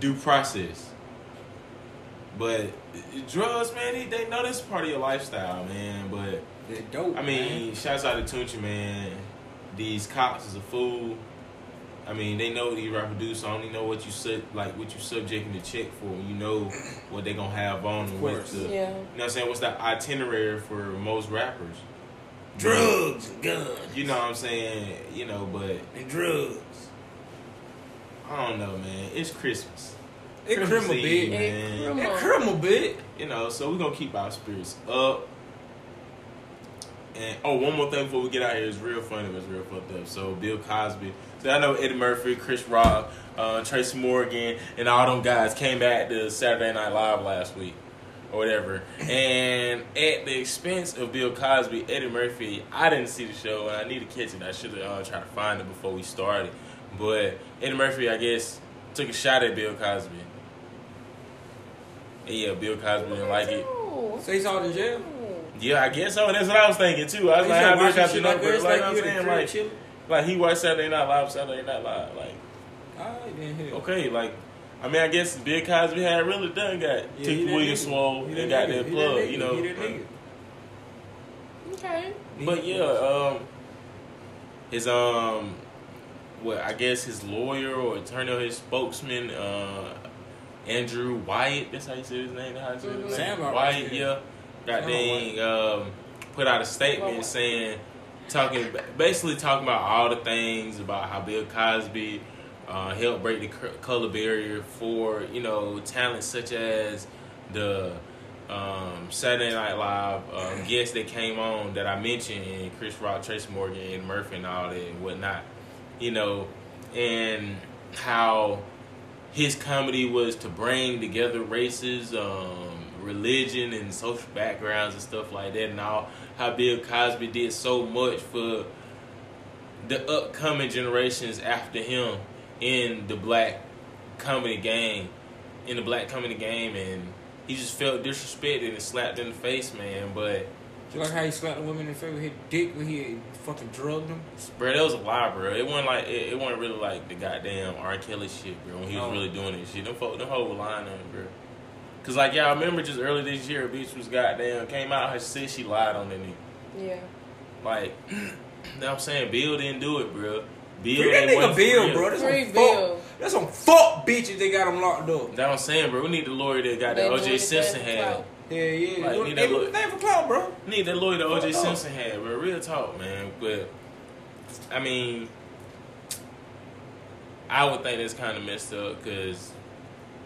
Speaker 2: due process. But drugs, man, they, they know this part of your lifestyle, man. But
Speaker 1: They're dope.
Speaker 2: I
Speaker 1: man.
Speaker 2: mean, shouts out to Tunchi, man. These cops is a fool. I mean, they know these rapper dudes, so I only know what you sub like what you subjecting to check for. You know what they gonna have on them.
Speaker 1: course.
Speaker 2: What's the, You know
Speaker 3: Yeah.
Speaker 2: what I'm saying? What's the itinerary for most rappers?
Speaker 1: drugs, and guns,
Speaker 2: You know what I'm saying? You know, but
Speaker 1: and drugs.
Speaker 2: I don't know, man. It's Christmas.
Speaker 1: It criminal bit.
Speaker 2: Eve, man.
Speaker 3: It
Speaker 1: It criminal bit.
Speaker 2: You know, so we're gonna keep our spirits up. And oh, one more thing before we get out of here is real funny, but it's real fucked up. So Bill Cosby. So I know Eddie Murphy, Chris Rock, uh, Tracy Morgan, and all them guys came back to Saturday Night Live last week. Or whatever, and at the expense of Bill Cosby, Eddie Murphy, I didn't see the show, and I need to catch it. I should have uh, tried to find it before we started, but Eddie Murphy, I guess, took a shot at Bill Cosby. And yeah, Bill Cosby didn't like it.
Speaker 3: Oh,
Speaker 1: So he's all in jail.
Speaker 2: Yeah, I guess so. That's what I was thinking too. I was
Speaker 1: He
Speaker 2: like,
Speaker 1: said,
Speaker 2: I wish
Speaker 1: watching
Speaker 2: I
Speaker 1: shit
Speaker 2: could
Speaker 1: like
Speaker 2: like,
Speaker 1: this,
Speaker 2: like,
Speaker 1: like
Speaker 2: like I'm
Speaker 1: you in the
Speaker 2: saying,
Speaker 1: crib
Speaker 2: like,
Speaker 1: chilling.
Speaker 2: like he watched Saturday Night Live, Saturday Night Live. Like,
Speaker 1: All right, then hell.
Speaker 2: okay, like, I mean, I guess Bill Cosby had really done got
Speaker 1: Yeah, he
Speaker 2: Tiki
Speaker 1: that
Speaker 2: Williams
Speaker 1: nigga.
Speaker 2: swole
Speaker 1: He
Speaker 2: and got
Speaker 1: nigga.
Speaker 2: that
Speaker 1: He
Speaker 2: plug,
Speaker 1: nigga.
Speaker 2: you know.
Speaker 1: He that nigga.
Speaker 3: Okay.
Speaker 2: But yeah, um, his um, what I guess his lawyer or attorney or his spokesman, uh, Andrew Wyatt. That's how you say his name. That's how you say his name.
Speaker 1: Mm-hmm. Sam Wyatt,
Speaker 2: Wyatt,
Speaker 1: yeah.
Speaker 2: yeah. Got
Speaker 1: Sam
Speaker 2: dang, um, put out a statement
Speaker 3: Wyatt.
Speaker 2: saying, talking basically talking about all the things about how Bill Cosby uh, helped break the cur- color barrier for you know talents such as the um, Saturday Night Live um, guests that came on that I mentioned, and Chris Rock, Trace Morgan, and Murphy, and all that and whatnot, you know, and how his comedy was to bring together races, um, religion, and social backgrounds and stuff like that, and all how Bill Cosby did so much for the upcoming generations after him in the black comedy game, in the black comedy game, and he just felt disrespected and slapped in the face, man. But
Speaker 1: You like how he slapped the woman in the face with his dick when he fucking drugged him?
Speaker 2: bro, that was a lie, bro. It wasn't like it, it wasn't really like the goddamn R. Kelly shit, bro. When he was
Speaker 1: No.
Speaker 2: really doing this shit, them folk, the whole line on it, bro. Cause like y'all remember just early this year, a bitch was goddamn came out her sis she lied on that nigga.
Speaker 3: Yeah.
Speaker 2: Like, you know what I'm saying? Bill didn't do it, bro. Bill
Speaker 1: Free that
Speaker 2: ain't
Speaker 1: nigga
Speaker 2: wasn't for
Speaker 1: Bill,
Speaker 2: real.
Speaker 1: bro. That's
Speaker 3: Free
Speaker 1: some
Speaker 3: Bill.
Speaker 1: fuck. That's some fuck bitches. They got him locked up.
Speaker 2: That's what I'm saying, bro. We need the lawyer that got
Speaker 3: They
Speaker 2: that
Speaker 3: doing
Speaker 2: O.J.
Speaker 3: it
Speaker 2: Simpson
Speaker 3: just
Speaker 2: had.
Speaker 3: about-
Speaker 1: Yeah, yeah.
Speaker 2: Like,
Speaker 1: Like,
Speaker 2: need
Speaker 1: need
Speaker 2: that look.
Speaker 1: for clout, bro.
Speaker 2: Need that lawyer that O.J.
Speaker 1: Fuck
Speaker 2: Simpson had, bro. Real talk, man. But I mean, I would think that's kind of messed up because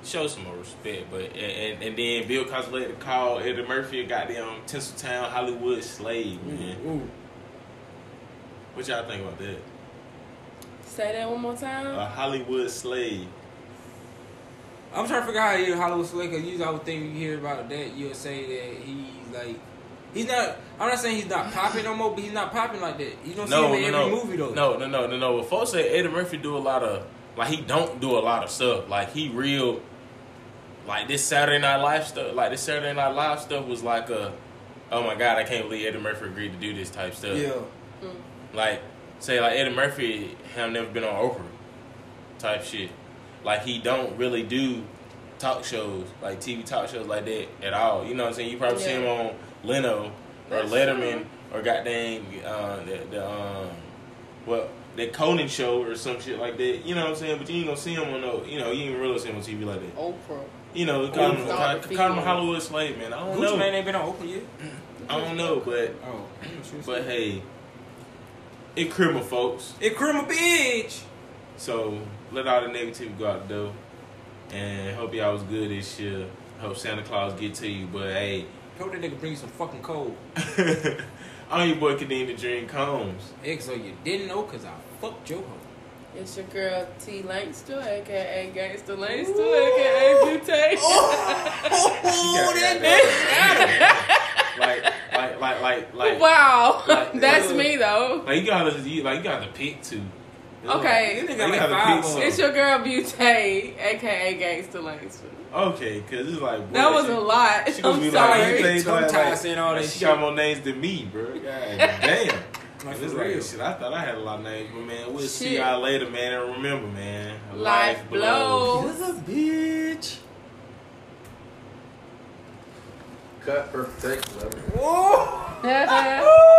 Speaker 2: show some more respect. But and and, and then Bill Cosby had to call Eddie Murphy a goddamn Tinseltown Hollywood slave, man.
Speaker 1: Ooh, ooh.
Speaker 2: What y'all think about that?
Speaker 3: Say that one more time.
Speaker 2: A
Speaker 1: Uh-huh.
Speaker 2: Hollywood slave.
Speaker 1: I'm trying to figure out how you Hollywood Slicker. You always think you hear about that, you'll say that he's like, he's not. I'm not saying he's not popping no more, but he's not popping like that. You don't see him in every
Speaker 2: no.
Speaker 1: movie though.
Speaker 2: No, no, no, no, no. Before say Eddie Murphy do a lot of like he don't do a lot of stuff. Like he real Like this Saturday Night Live stuff, like this Saturday Night Live stuff was like a, oh my god, I can't believe Eddie Murphy agreed to do this type stuff.
Speaker 1: Yeah.
Speaker 2: Like, say like Eddie Murphy have never been on Oprah, type shit. Like he don't really do talk shows, like TV talk shows like that at all. You know what I'm saying? You probably see
Speaker 3: Yeah.
Speaker 2: him on Leno or
Speaker 3: That's
Speaker 2: Letterman
Speaker 3: true.
Speaker 2: or goddamn uh, the the um well that Conan show or some shit like that. You know what I'm saying? But you ain't gonna see him on no. You know you ain't really see him on TV like that.
Speaker 3: Oprah.
Speaker 2: You know, call him,
Speaker 3: Oprah.
Speaker 2: call, call him a Hollywood slave man. I don't
Speaker 7: Gucci man
Speaker 2: know.
Speaker 7: ain't been on Oprah yet.
Speaker 2: I don't know, but
Speaker 1: Oh.
Speaker 2: but hey, it criminal folks.
Speaker 7: It criminal bitch.
Speaker 2: So let all the negativity go out the door. And hope y'all was good this year. Hope Santa Claus get to you. But hey,
Speaker 7: Hope that nigga bring you some fucking cold.
Speaker 2: I'm your boy Kadeem the Dream Combs.
Speaker 7: Eggs so you didn't know cause I fucked your hoe.
Speaker 3: It's your girl T Langster, aka Gangsta Langster, aka Butane.
Speaker 2: Oh, that Like, like, like, like, like.
Speaker 3: wow,
Speaker 2: like-
Speaker 3: that's me though.
Speaker 2: Like you gotta, you, like you gotta pick two.
Speaker 3: Okay.
Speaker 2: Like,
Speaker 7: This
Speaker 2: you
Speaker 7: nigga like
Speaker 2: gotta
Speaker 7: five
Speaker 2: pick
Speaker 7: of
Speaker 2: some.
Speaker 7: them.
Speaker 3: It's your girl Butane, aka Gangsta Langster.
Speaker 2: Okay, cause it's like boy,
Speaker 3: That was
Speaker 2: she-
Speaker 3: a lot.
Speaker 2: She gonna
Speaker 3: I'm
Speaker 2: be like, you
Speaker 3: sorry.
Speaker 2: think like,
Speaker 7: Tongue-tied
Speaker 2: like,
Speaker 7: saying all
Speaker 2: like,
Speaker 7: that
Speaker 2: she
Speaker 7: shit.
Speaker 2: got more names than me, bro. God damn.
Speaker 7: Like,
Speaker 2: It's
Speaker 7: for
Speaker 2: like
Speaker 7: real.
Speaker 2: shit. I thought I had a lot of names, but man, we'll see
Speaker 3: Shit.
Speaker 2: y'all later, man. And remember, man,
Speaker 3: Life blows.
Speaker 1: You're a bitch.
Speaker 8: Cut perfect. Love it.
Speaker 7: Whoa!